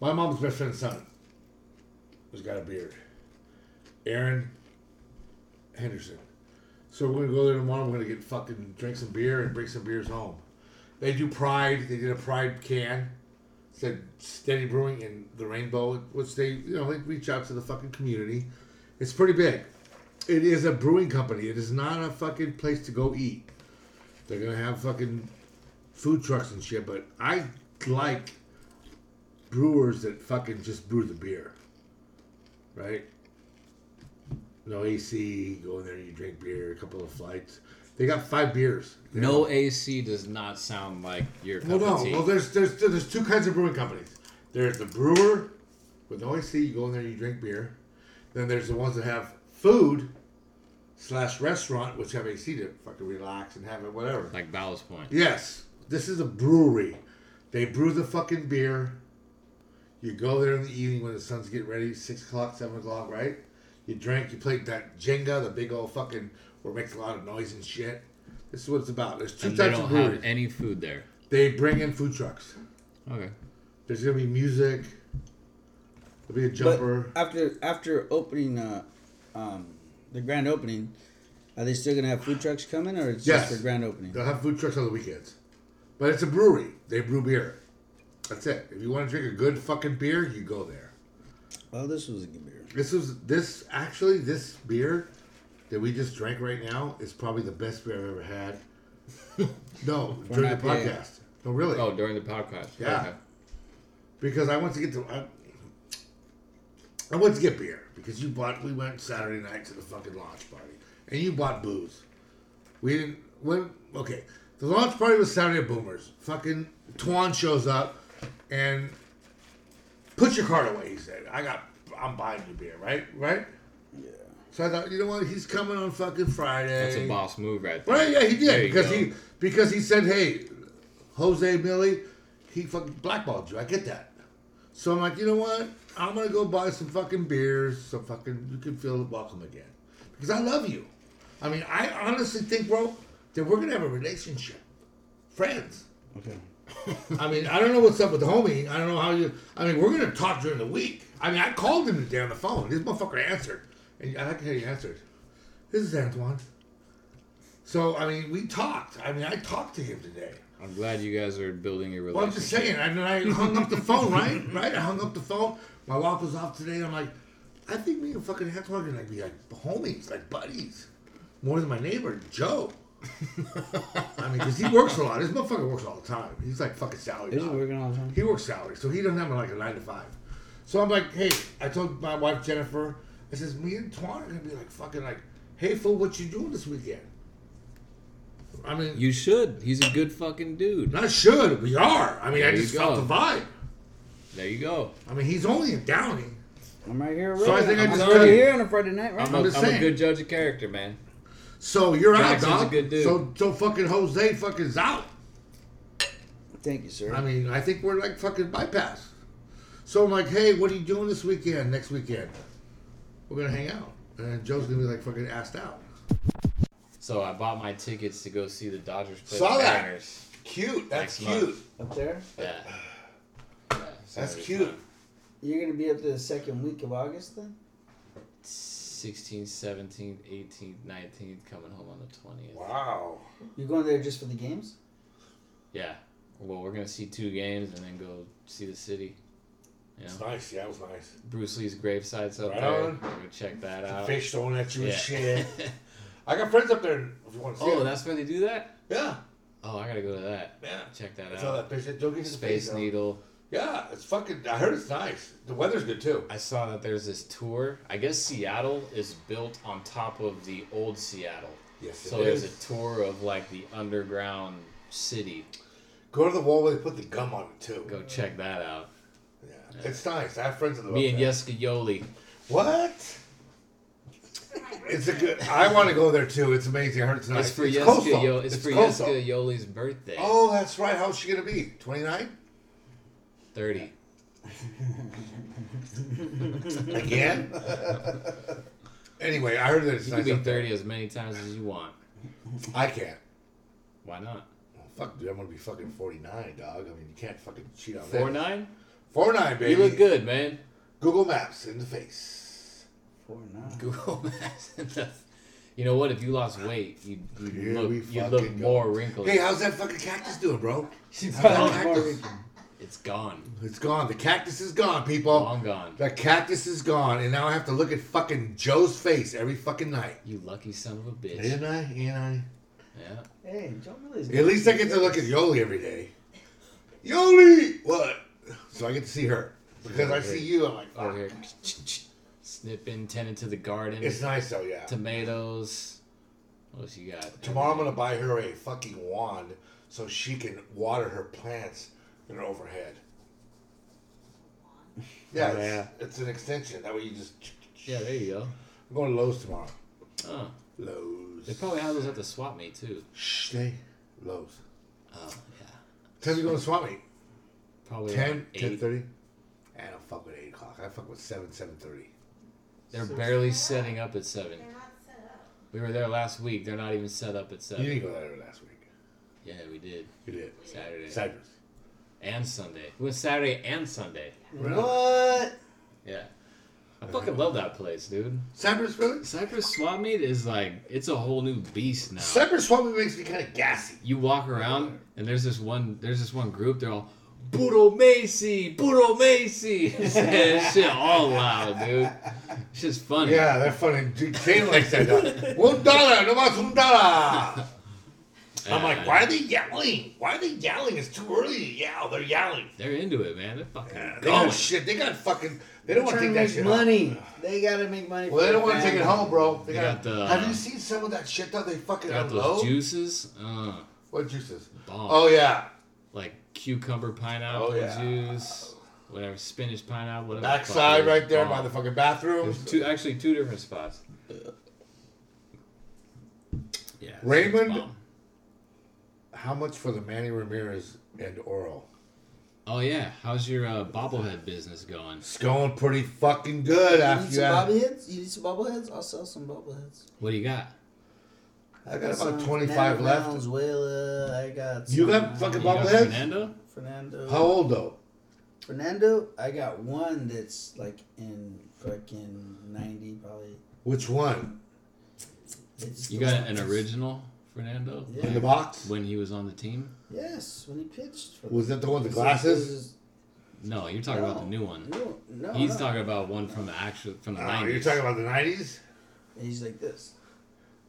my mom's best friend's son. Who's got a beard. Aaron Henderson. So we're gonna go there tomorrow. We're gonna get fucking drink some beer and bring some beers home. They do Pride. They did a Pride can. Said Steady Brewing and the Rainbow, which they you know they reach out to the fucking community. It's pretty big. It is a brewing company. It is not a fucking place to go eat. They're gonna have fucking food trucks and shit. But I like brewers that fucking just brew the beer, right? No AC. You go in there, you drink beer, a couple of flights. They got five beers. They
No
have-
AC does not sound like your cup
Well,
of
no.
tea.
Well, there's there's there's two kinds of brewing companies. There's the brewer with no AC. You go in there, you drink beer. Then there's the ones that have food slash restaurant, which have AC to fucking relax and have it whatever.
like Ballast Point.
Yes, this is a brewery. They brew the fucking beer. You go there in the evening when the sun's getting ready, six o'clock, seven o'clock, right? You drink, you play that Jenga, the big old fucking where it makes a lot of noise and shit. This is what it's about. There's two
And they
types of
don't
breweries.
have any food there.
they bring in food trucks.
Okay.
There's gonna be music. There'll be a
But
jumper.
after after opening, uh, um, the grand opening, are they still gonna have food trucks coming, or it's
Yes.
just the grand opening?
They'll have food trucks on the weekends. But it's a brewery. They brew beer. That's it. If you want to drink a good fucking beer, you go there.
Oh, this was a good beer.
This is this actually this beer that we just drank right now is probably the best beer I've ever had. no,
For
during the
an IPA.
podcast. No, really.
Oh, during the podcast.
Yeah.
Okay.
Because I went to get the. I, I went to get beer because you bought. We went Saturday night to the fucking launch party, and you bought booze. We didn't. When okay, the launch party was Saturday at Boomers. Fucking Tuan shows up, and put your card away. He said, "I got. I'm buying you beer, right? Right."
Yeah.
So I thought, you know what? He's coming on fucking Friday.
That's a boss move right there.
Right? Yeah, he
There
did
you
because
go.
he because he said, "Hey, Jose Millie, he fucking blackballed you." I get that. So I'm like, you know what? I'm gonna go buy some fucking beers, so fucking you can feel welcome again because I love you. I mean, I honestly think, bro, that we're gonna have a relationship, friends.
Okay.
I mean, I don't know what's up with the homie. I don't know how you. I mean, we're gonna talk during the week. I mean, I called him today on the phone. This motherfucker answered, and I can hear he answered. This is Antoine. So I mean, we talked. I mean, I talked to him today.
I'm glad you guys are building your relationship.
Well, I'm just saying. I mean, I hung up the phone, right? Right. I hung up the phone. My wife was off today. I'm like, I think me and fucking Hedgehog are like be like homies, like buddies, more than my neighbor Joe. I mean, because he works a lot. This motherfucker works all the time. He's like fucking salary.
Is he
job.
working all the time?
He works salary, so he doesn't have like a nine to five. So I'm like, hey, I told my wife Jennifer, I says, me and Twan are gonna be like fucking like, hey fool, what you doing this weekend? I mean,
You should. He's a good fucking dude.
not should we are. I mean, I
There you
just felt
go.
the vibe.
There you go.
I mean, he's only in Downey.
I'm right here.
So I think I
am
just
already
cut it.
here on a Friday night, right?
I'm,
I'm
a,
just
I'm a
saying.
good judge of character, man.
So you're
Jackson's
out,
a
dog.
good dude.
So so fucking Jose fucking's out.
Thank you, sir.
I mean, I think we're like fucking bypassed. So I'm like, hey, what are you doing this weekend? Next weekend, we're gonna hang out, and Joe's gonna be like fucking asked out.
So I bought my tickets to go see the Dodgers play
Saw
the
that.
Mariners.
Cute.
That's Next month. cute.
up there,
Yeah. Yeah,
That's
Saturday
cute.
night.
you're gonna be up to the second week of August then.
16th, 17th, 18th, 19th, coming home on the 20th.
Wow.
You're going there just for the games?
Yeah. Well, we're going to see two games and then go see the city. You know,
nice. Yeah, it was nice.
Bruce Lee's gravesite's up
Right
there.
on.
We're going to check that out.
Fish throwing at you
Yeah.
and shit. I got friends up there if you want to see
oh,
it.
that's where they do that?
yeah,
Oh, I got to go to that.
yeah.
Check that
I
out.
saw that fish. Joe gives
Space
face,
Needle.
Yeah, it's fucking. I heard it's nice. The weather's good too.
I saw that there's this tour. I guess Seattle is built on top of the old Seattle.
Yes, it
So there's
is.
a tour of like the underground city.
Go to the wall where they put the gum on it too.
Go check that out.
Yeah. It's nice. Mm. I have friends in the
Me and Jessica Yoli.
What? It's a good. I want to go there too. It's amazing. I heard it's nice.
It's for
it's
Jessica.
Coastal.
Yo- it's, for
Coastal.
Jessica Yoli's birthday.
Oh, that's right. How's she gonna be? Twenty nine
Thirty.
again? anyway, I heard that it's
You
nice.
can be
up there.
thirty as many times as you want.
I can't.
Why not?
Well, fuck, dude. I'm gonna be fucking forty nine, dog. I mean, you can't fucking cheat on
Four
that.
nine.
Four nine, baby.
You look good, man.
Google Maps in the face.
Four nine.
Google Maps. you know what? If you lost weight, you
Here
you
we
look you
fucking
look
go.
more wrinkled.
Hey, how's that fucking cactus doing, bro?
Four more
cactus.
It's gone.
It's gone. The cactus is gone, people.
Long gone.
The cactus is gone, and now I have to look at fucking Joe's face every fucking night.
You lucky son of a bitch.
Ain't I? Ain't I?
Yeah.
Hey, Joe Millie's
At least I get to look at Yoli every day. Yoli! What? So I get to see her. Because I see you, I'm like,
Over
"Fuck."
here, snipping, tending to the garden,
It's nice though, yeah.
tomatoes. What else you got?
Tomorrow I'm gonna buy her a fucking wand so she can water her plants that are overhead. Yeah, it's, it's an extension. That way you just.
Yeah, there you go.
I'm going to Lowe's tomorrow.
Oh,
Lowe's.
they probably have those at the swap meet too.
Shh, they. Lowe's.
Oh yeah,
Time you go to swap meet.
probably
10,
around
10
eight.
I don't fuck with 8 o'clock. I fuck with 7, 7.30.
They're barely setting up at seven.
They're not set up.
We were there last week. They're not even set up at
You
seven.
didn't go there last week.
Yeah, we did
You did.
Saturday
Cypress.
and Sunday. We went Saturday and Sunday.
What?
Yeah, I fucking love that place, dude.
Cypress, really?
Cypress swap meet is like it's a whole new beast now.
Cypress swap meet makes me kind of gassy.
you walk around and there's this one there's this one group they're all Budo Macy, Budo Macy, shit all loud, dude. It's just funny.
Yeah, that fucking dude came like that. dog. One dollar, no más un dollar. I'm like,
And
why are they yelling? Why are they yelling? It's too early to yell. They're yelling.
They're into it, man. They're fucking
Yeah, they
going.
got shit. They got fucking. They don't want
Trying
to
to
take that shit
make
home.
money. They gotta make money.
Well, they
for
don't
their
want to take it
family.
home, bro. They
They
got.
got the-
have you seen some of that shit though? They fucking
They got those
unload.
juices. Uh,
What juices?
bomb.
Oh yeah,
Like cucumber pineapple
Oh, yeah.
juice, whatever, spinach pineapple, whatever. the fuck it
backside
is.
right there by
Bomb.
the fucking bathroom.
There's two, actually two different spots. Yeah. it's- it's
Raymond-
bomb.
How much for the Manny Ramirez and Oral?
Oh yeah, how's your uh, bobblehead business going?
It's going pretty fucking good
You need
after
some
that.
bobbleheads? You need some bobbleheads? I'll sell some bobbleheads.
What do you got?
I got about
some
25
Fernando
left.
Valenzuela. I got.
You
some,
got fucking
You got
bobbleheads?
Fernando?
Fernando.
How old though?
Fernando. I got one that's like in fucking ninety probably.
Which one?
It's
You
the
got
one-
an original Fernando?
Yeah.
In the box?
When he was on the team?
Yes, when he pitched. For
Was that the one with the
This is-
glasses?
this is-
No, you're talking about the new one.
No, no.
He's
no.
talking about one from the actual from the
Oh,
90s.
you're talking about the nineties?
And he's like this.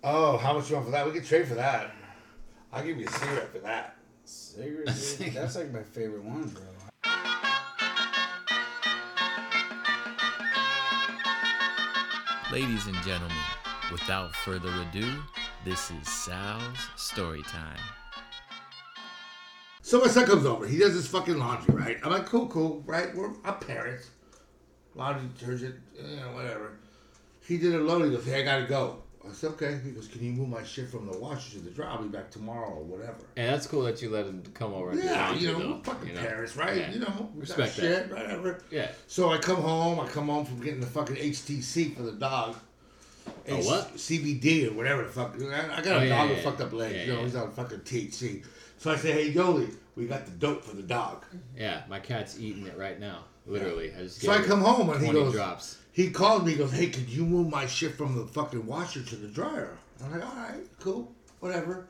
Oh, how much you want for that? We could trade for that. I'll give you a cigarette for that.
Cigarette, dude. That's like my favorite one, bro.
Ladies and gentlemen, without further ado, this is Sal's story time.
So my son comes over. He does his fucking laundry, right? I'm like, cool, cool, right? We're I'm parents. Laundry detergent, you know, whatever. He did a load. He goes, hey, I gotta go. I said, okay. He goes, can you move my shit from the washer to the dryer? I'll be back tomorrow or whatever.
And that's cool that you let him come over. And do
Yeah,
laundry,
you know,
though,
we're fucking
you know?
parents, right?
Yeah.
You know, we got
Respect that.
shit, whatever.
Yeah.
So I come home. I come home from getting the fucking HTC for the dog.
A what?
CBD or whatever the fuck. I I got a
Oh, yeah,
dog
yeah,
with
yeah.
fucked up legs.
Yeah,
you know,
yeah.
he's on fucking THC. So I say, hey, Yoli, we got the dope for the dog.
Yeah, my cat's eating it right now. Literally. I just
So
gave
I
her
come home and he
20
goes,
drops.
he called me. He goes, hey, could you move my shit from the fucking washer to the dryer? I'm like, all right, cool, whatever.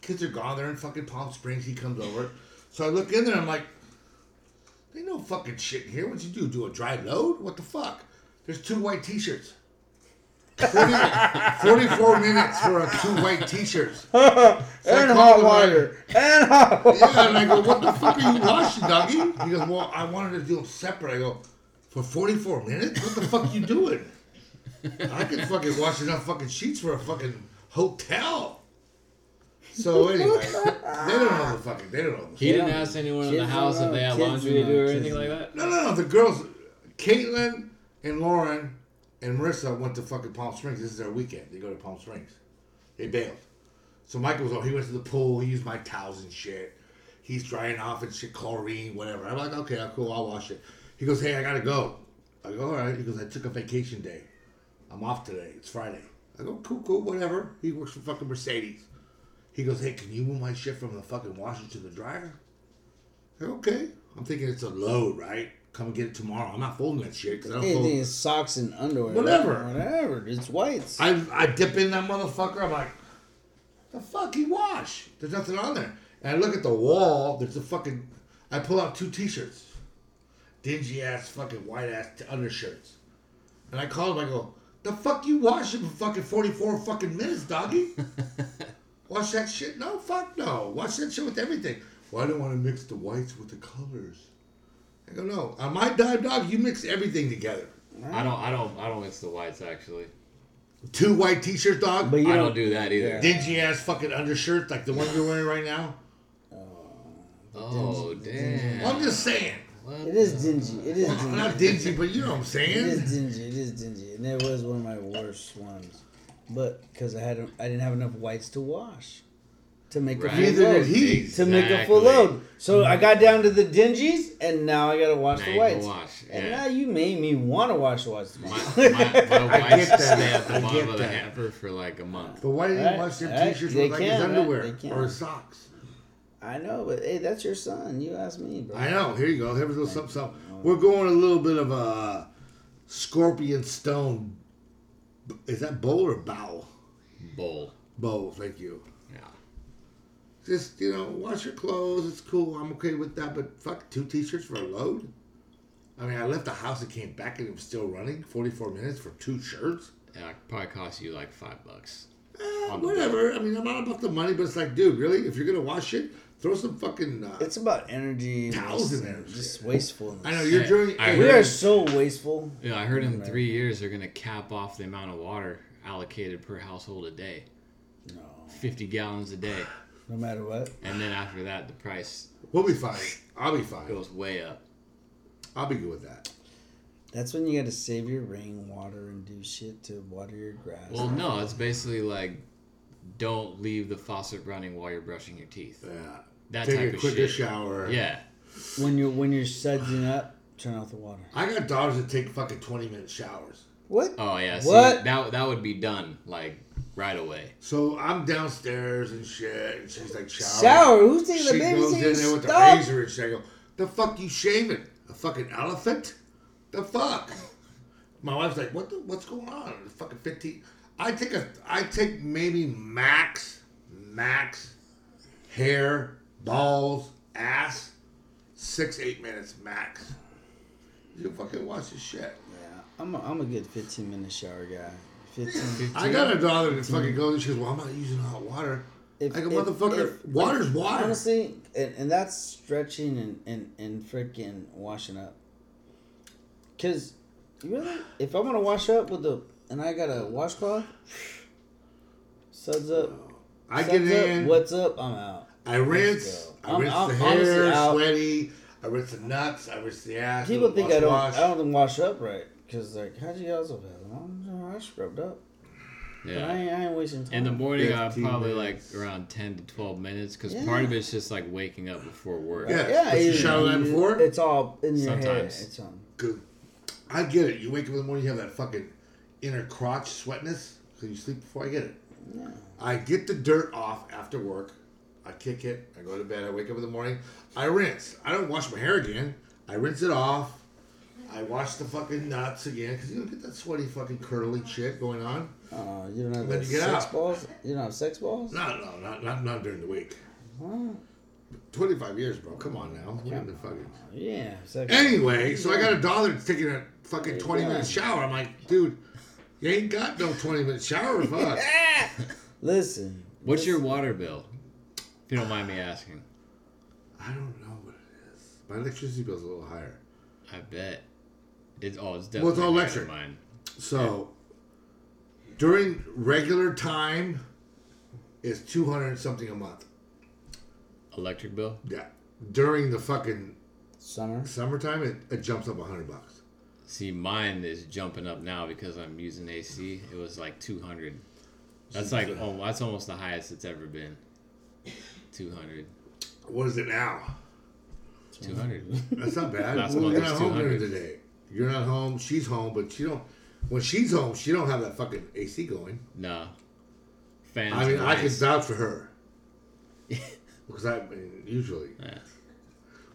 Kids are gone. They're in fucking Palm Springs. He comes over. So I look in there. I'm like, they no fucking shit in here. What'd you do? Do a dry load? What the fuck? There's two white t-shirts. 40, 44 minutes for a two white t-shirts. So I
And
call
hot
him, like,
water. And hot water.
yeah, and I go, what the fuck are you washing, doggy? He goes, well, I wanted to do them separate. I go, for 44 minutes? What the fuck you doing? I can fucking wash enough fucking sheets for a fucking hotel. So anyway, they don't know the fucking, they don't know. The
He didn't
Yeah.
ask anyone in the
Kids
house if they had
alone, kids
laundry to do
alone,
or
kids
anything like
alone.
that.
no, no, no, the girls, Caitlin and Lauren and Marissa went to fucking Palm Springs. This is their weekend. They go to Palm Springs. They bailed. So Michael was over. He went to the pool. He used my towels and shit. He's drying off and shit, chlorine, whatever. I'm like, okay, cool, I'll wash it. He goes, hey, I gotta go. I go, all right. He goes, I took a vacation day. I'm off today. It's Friday. I go, cool, cool, whatever. He works for fucking Mercedes. He goes, hey, can you move my shit from the fucking washer to the dryer? I go, okay. I'm thinking it's a load, right? Come get it tomorrow. I'm not folding that shit
Oh.
because I don't
Anything
fold.
is socks and underwear.
Whatever. Uh,
Whatever. It's whites.
I, I dip in that motherfucker. I'm like, the fuck he wash? There's nothing on there. And I look at the wall. There's a fucking. I pull out two t-shirts, dingy ass fucking white ass t- undershirts, and I call him. I go, the fuck you washing for fucking 44 fucking minutes, doggy? wash that shit? No, fuck no. Wash that shit with everything. Well, I don't want to mix the whites with the colors. I go, no. On my dive dog, you mix everything together.
I don't I don't I don't mix the whites actually.
Two white t-shirts, dog.
But you
I
don't,
don't do that either.
dingy ass fucking undershirt like the one you're wearing right now.
Oh damn.
I'm just saying.
It is dingy. It is
I'm
dingy.
not dingy, but you know what I'm
It
saying.
is dingy. It is dingy, and it was one of my worst ones, but because I had I didn't have enough whites to wash, to make a
Right.
full
Neither
load.
did he.
To make a full
Exactly.
load, so I got down to the dingies, and now I gotta wash
Now
the
you can
whites.
wash,
And
yeah.
now you made me want to wash the whites.
My, my, my
I get
whites
that.
stay at the
I
bottom
get
of the
that.
hamper for like a month.
But why did
Right,
he wash their
right,
t-shirts
they
with like his
can, right,
underwear
they can.
or his socks?
I know, but hey, that's your son. You asked me, bro.
I know. Here you go. Here we go. Something, something. We're going a little bit of a scorpion stone. Is that bowl or bow?
Bowl.
Bowl. Thank you.
Yeah.
Just you know, wash your clothes. It's cool. I'm okay with that. But fuck, two t-shirts for a load. I mean, I left the house and came back and it was still running. 44 minutes for two shirts.
And it probably costs you like five bucks.
Eh,
On the
whatever. I mean, I'm not about the money, but it's like, dude, really? If you're gonna wash it, throw some fucking. Uh,
It's about energy.
Towels in
waste-
there.
Just wastefulness.
I know you're
Hey,
doing.
I
hey,
We
heard-
are so wasteful.
Yeah, I heard in three years they're gonna cap off the amount of water allocated per household a day.
No,
Fifty gallons a day.
no matter what.
And then after that the price
we'll be fine. I'll be fine.
goes way up.
I'll be good with that.
That's when you got to save your rainwater and do shit to water your grass.
Well, no, it's basically like don't leave the faucet running while you're brushing your teeth.
Yeah.
That
Take
type
a
of
quicker
shit.
shower.
Yeah.
When you're when you're sudsing up, turn off the water.
I got daughters that take fucking 20 minute showers.
What?
Oh yeah. See,
What?
That that would be done like right away.
So I'm downstairs and shit, and she's like shower.
Shower? Who's taking the
She
baby?
goes in there with the
Stop.
razor and shit. I go, the fuck you shaving? A fucking elephant? The fuck? My wife's like, what the, what's going on? The fucking fifteen. I take a, I take maybe max, max, hair, balls, ass, six, eight minutes max. You fucking watch this shit.
Yeah, I'm a, I'm a good 15 minute shower guy. 15.
I got a daughter that fucking goes and she goes, Well, I'm not using hot water.
If-
like a
if-
motherfucker,
if-
water's water.
Honestly, and, and that's stretching and, and, and freaking washing up. Because, really, if I'm going to wash up with the, and I got a washcloth, suds up.
I get
suds up,
in.
What's up? I'm out.
I rinse.
go.
I
I'm-
rinse
I'm
the
honestly
hair,
out.
sweaty. I rinse the nuts. I rinse the ass.
People think
wash,
I don't.
wash.
I don't wash up right because like, how'd you guys up? I'm, I scrubbed up. But I,
Yeah.
ain't, I ain't wasting time.
In the morning, I'm
15
probably
minutes.
like around 10 to 12 minutes because
Yeah.
part of it's just like waking up before work.
Yeah.
Yeah,
But you
it-
shower that before?
It's all in your head.
Sometimes.
It's um, on.
Good. I get it. You wake up in the morning, you have that fucking inner crotch sweatness because you sleep before. I get it.
Yeah.
I get the dirt off after work. I kick it. I go to bed. I wake up in the morning. I rinse. I don't wash my hair again. I rinse it off. I wash the fucking nuts again because you don't get that sweaty fucking curly shit going on.
Oh, you don't have
Then
those
you get
sex
out.
balls. You don't have sex balls.
No, no, not not, not during the week.
Huh?
Twenty five years, bro. Come on now. Get in the fucking.
Yeah. Sex
Anyway, so I got a daughter that's taking a fucking
you
twenty
go.
minute shower. I'm like, dude, you ain't got no twenty minute shower, fuck.
Listen.
What's your
listen,
water bill? If you don't mind me asking.
I don't know what it is. My electricity bill's a little higher.
I bet. It's oh, it's
Well,
definitely
it's all
higher than
electric.
mine.
So during regular time is two hundred something a month.
Electric bill?
Yeah. During the fucking
summer?
summertime, it, it jumps up hundred bucks.
See, mine is jumping up now because I'm using AC. It was like 200. That's like oh, that's almost the highest it's ever been. 200.
What is it now?
200.
That's not bad.
Last
well,
month
you're
was
not home during
200.
the day. You're not home. She's home, but she don't. When she's home, she don't have that fucking AC going.
Nah. Fans.
I mean, I can
nice.
vouch for her because I mean, usually.
Yeah.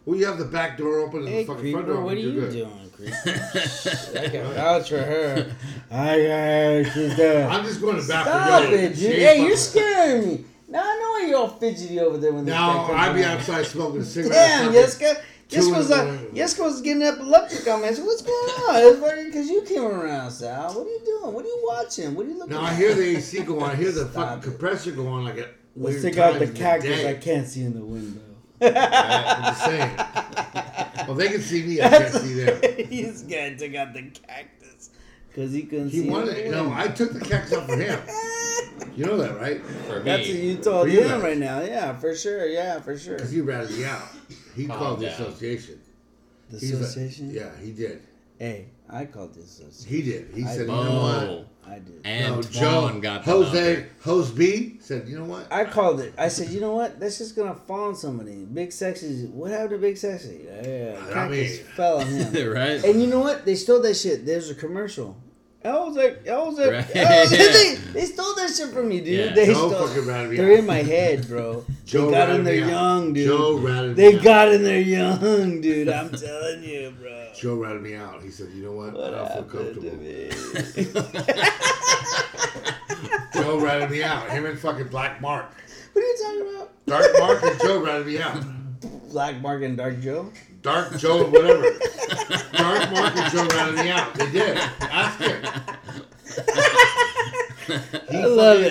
Well, you have the back door open and
Hey,
the fucking front door open.
creeper, what are
you're
you
good.
doing, creeper? Shit, I can vouch for her. I got her. She's done.
I'm just going to back
Stop
the
it, dude. Hey, you're scaring me. Now I know why you're all fidgety over there when this
Now
guy comes
I'd be
around.
outside smoking a cigarette.
Damn,
fucking-
Jessica. Jessica's
Two in
like,
the morning.
Jessica was getting epileptic on me. I said, what's going on? Because you came around, Sal. What are you doing? What are you watching? What are you looking
Now
at?
I hear the AC go on. I hear the
Stop
fucking
it.
compressor go on like a weird
Let's take out the
times in
cactus
day.
I can't see in the window.
Right? I'm just saying. Well, they can see me. I can't see them.
He's gonna take out the cactus because he couldn't
He
see. in
wanted
the
it. No,
window.
I took the cactus out for him. You know that, right?
For me.
That's what you told
For you
him
guys.
right now. Yeah, for sure. Yeah, for sure.
Because he ratted me out. He
Calm
called the
down.
association.
The
He was like-
association.
yeah, he did. Hey,
I called the association.
he did. He
I-
said, you know what?
oh.
I did.
And
No,
Joan got the
Jose,
number.
Jose B said, you know what?
I called it. I said, you know what? That's just gonna fall on somebody. Big sexy. What happened to Big sexy? Yeah,
I
cactus
mean-
fell on him.
right?
and you know what? They stole that shit. There's a commercial. I was like, I was like,
Right.
I was like, they, they stole that shit from me, dude.
Yeah.
They
Joe
stole.
fucking ratted me
They're
out.
in my head, bro.
Joe
they got in
ratted
there
me out.
young, dude.
Joe ratted
they
me out.
got in there young, dude. I'm telling you, bro.
Joe ratted me out. He said, you know what? I
What
don't feel
happened to
comfortable.
me?
Joe ratted me out. Him and fucking Black Mark.
What are you talking about?
Dark Mark and Joe ratted me out.
Black Mark and Dark Joe.
Dark Joe, whatever. Dark Mark and Joe ratted me out. They did. Ask him.
I love
fucking-
it. I
he-
love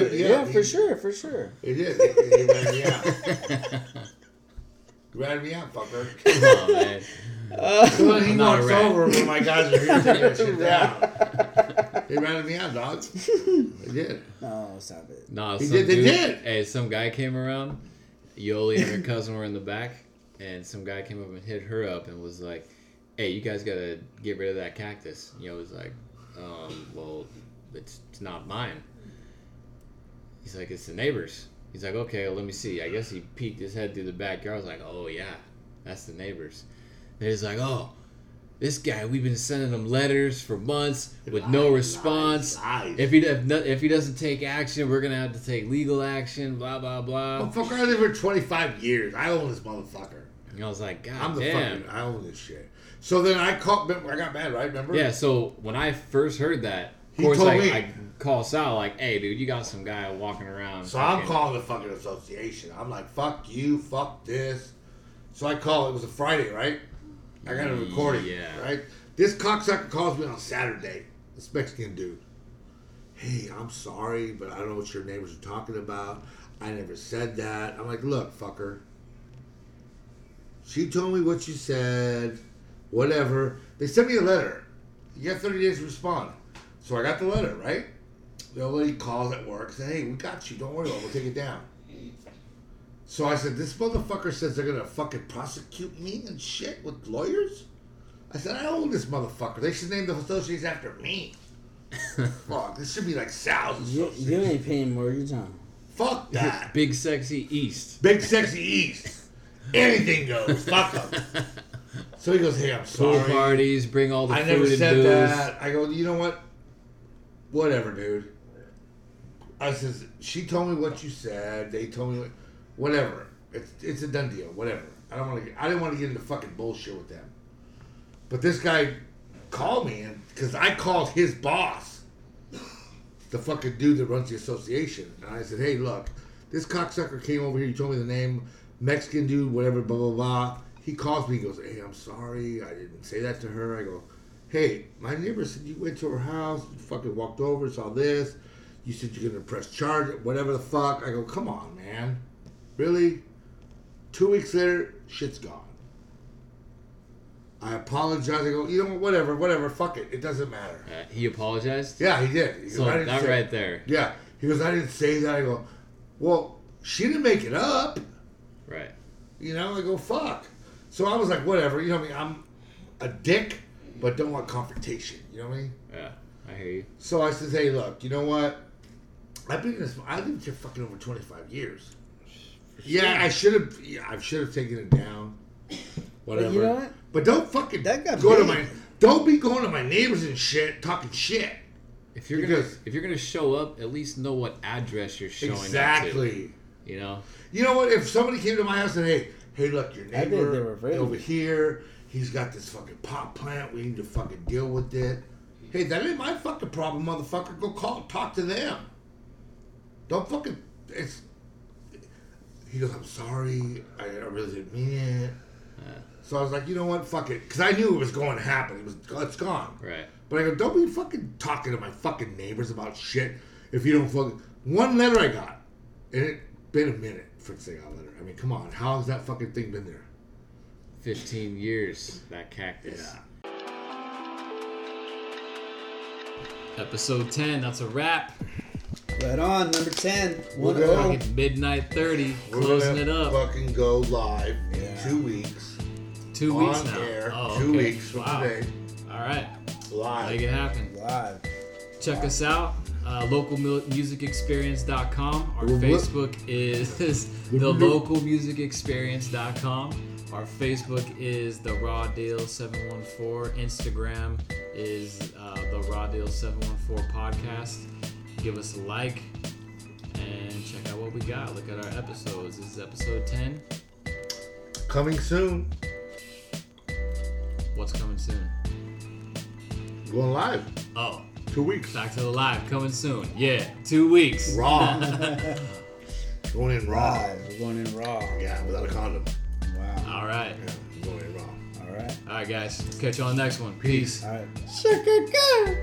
it.
yeah,
Yeah,
he-
for sure, for sure.
They did. They, they ratted me out. ratted me out, fucker.
oh, man.
Well, he
I'm not a
walks
rat.
over when my guys are here taking that shit down. They ratted me out, dog. They did.
No, stop it.
Nah,
He
some
did- they
dude-
did.
Hey, some guy came around. Yoli and her cousin were in the back, and some guy came up and hit her up and was like, "Hey, you guys gotta get rid of that cactus." And Yoli's like, um, "Well, it's, it's not mine." He's like, "It's the neighbor's." He's like, "Okay, well, let me see." I guess he peeked his head through the backyard. I was like, "Oh yeah, that's the neighbor's." And he's like, "Oh." This guy, we've been sending him letters for months with no response.
Lies.
If he if, no, if he doesn't take action, we're gonna have to take legal action. Blah blah blah.
Motherfucker, I live here 25 years. I own this motherfucker.
And I was like, God
I'm the
damn.
fucking, I own this shit. So then I caught, I got mad, right? Remember?
Yeah. So when I first heard that, of
He
course,
told
I,
me.
I call Sal like, "Hey, dude, you got some guy walking around."
So I'm
fucking-
calling the fucking association. I'm like, fuck you, fuck this. So I call. It was a Friday, right? I got a recording.
Yeah.
Right. This cocksucker calls me on Saturday. This Mexican dude. Hey, I'm sorry, but I don't know what your neighbors are talking about. I never said that. I'm like, look, fucker. She told me what you said. Whatever. They sent me a letter. You got 30 days to respond. So I got the letter, right? The old lady calls at work, said, Hey, we got you. Don't worry about it. We'll take it down. So I said, This motherfucker says they're going to fucking prosecute me and shit with lawyers? I said, I own this motherfucker. They should name the associates after me. Fuck, this should be like Sal's.
You,
associates.
you ain't paying mortgage on.
Fuck that.
Big sexy East.
Big Sexy East. Anything goes. Fuck them. So he goes, Hey, I'm
Pool
sorry.
parties, bring all the
I
food
never
and
said
booze.
that. I go, you know what? Whatever, dude. I says, she told me what you said. They told me, what, whatever. It's it's a done deal. Whatever. I don't want to. I didn't want to get into fucking bullshit with them. But this guy called me and because I called his boss, the fucking dude that runs the association, and I said, hey, look, this cocksucker came over here. You told me the name, Mexican dude, whatever, blah blah blah. He calls me. He goes, hey, I'm sorry, I didn't say that to her. I go, hey, my neighbor said you went to her house, you fucking walked over, saw this. You said you're gonna press charge, whatever the fuck. I go, come on, man, really? Two weeks later, shit's gone. I apologize. I go, you know what? Whatever, whatever. Fuck it. It doesn't matter.
Uh, he apologized.
Yeah, he did. He goes,
So
"I didn't
that
say-"
right there,
Yeah, he goes, I didn't say that. I go, well, she didn't make it up.
right?
You know, I go, fuck. So I was like, whatever. You know what I mean? I'm a dick, but don't want confrontation. You know what I mean?
Yeah, I hear you.
So I says, hey, look, you know what? I've been in this. I lived here fucking over twenty five years. Yeah, I should have. Yeah, I should have taken it down. Whatever.
you know what?
But don't fucking
That got
go to
big.
my. Don't be going to my neighbors and shit, talking shit.
If you're
Because-
gonna if you're gonna show up, at least know what address you're showing up
exactly.
to. You know,
You know what? If somebody came to my house and hey, hey, look, your
I bet they were
neighbor
afraid.
over here, he's got this fucking pot plant. We need to fucking deal with it. Hey, that ain't my fucking problem, motherfucker. Go call, talk to them. Don't fucking. It's. He goes, I'm sorry. I, I really didn't mean it. So I was like, you know what? Fuck it, because I knew it was going to happen. It was. It's gone.
right?
But I go, don't be fucking talking to my fucking neighbors about shit if you don't fucking. One letter I got, and it been a minute for the thing letter. I mean, come on, how has that fucking thing been there?
Fifteen years that cactus. Episode ten. That's a wrap.
Right on, number 10.
We'll
One
go.
oh.
Fucking midnight thirty.
We're
Closing
gonna
it up.
Fucking go live in
Yeah.
two weeks.
Two
on
weeks now.
air.
Oh,
Two
okay.
weeks from
wow.
today.
All right. Make
Live.
it happen.
oh. Live.
Check us out. Uh, localmusicexperience.com. Our
Well, what-
Facebook is thelocalmusicexperience.com. Our Facebook is the Raw Deal 714. Instagram is uh, the Raw Deal 714 podcast. Give us a like and check out what we got. Look at our episodes. This is episode 10.
Coming soon.
What's coming soon?
Going live.
Oh,
Two weeks.
back to the live coming soon. Yeah, two weeks.
Raw. going in raw.
Live. We're going in raw.
Yeah, without a condom.
Wow.
All right.
Yeah, going in raw.
All right.
All right, guys. Catch you on the next one. Peace.
All right.
Sugar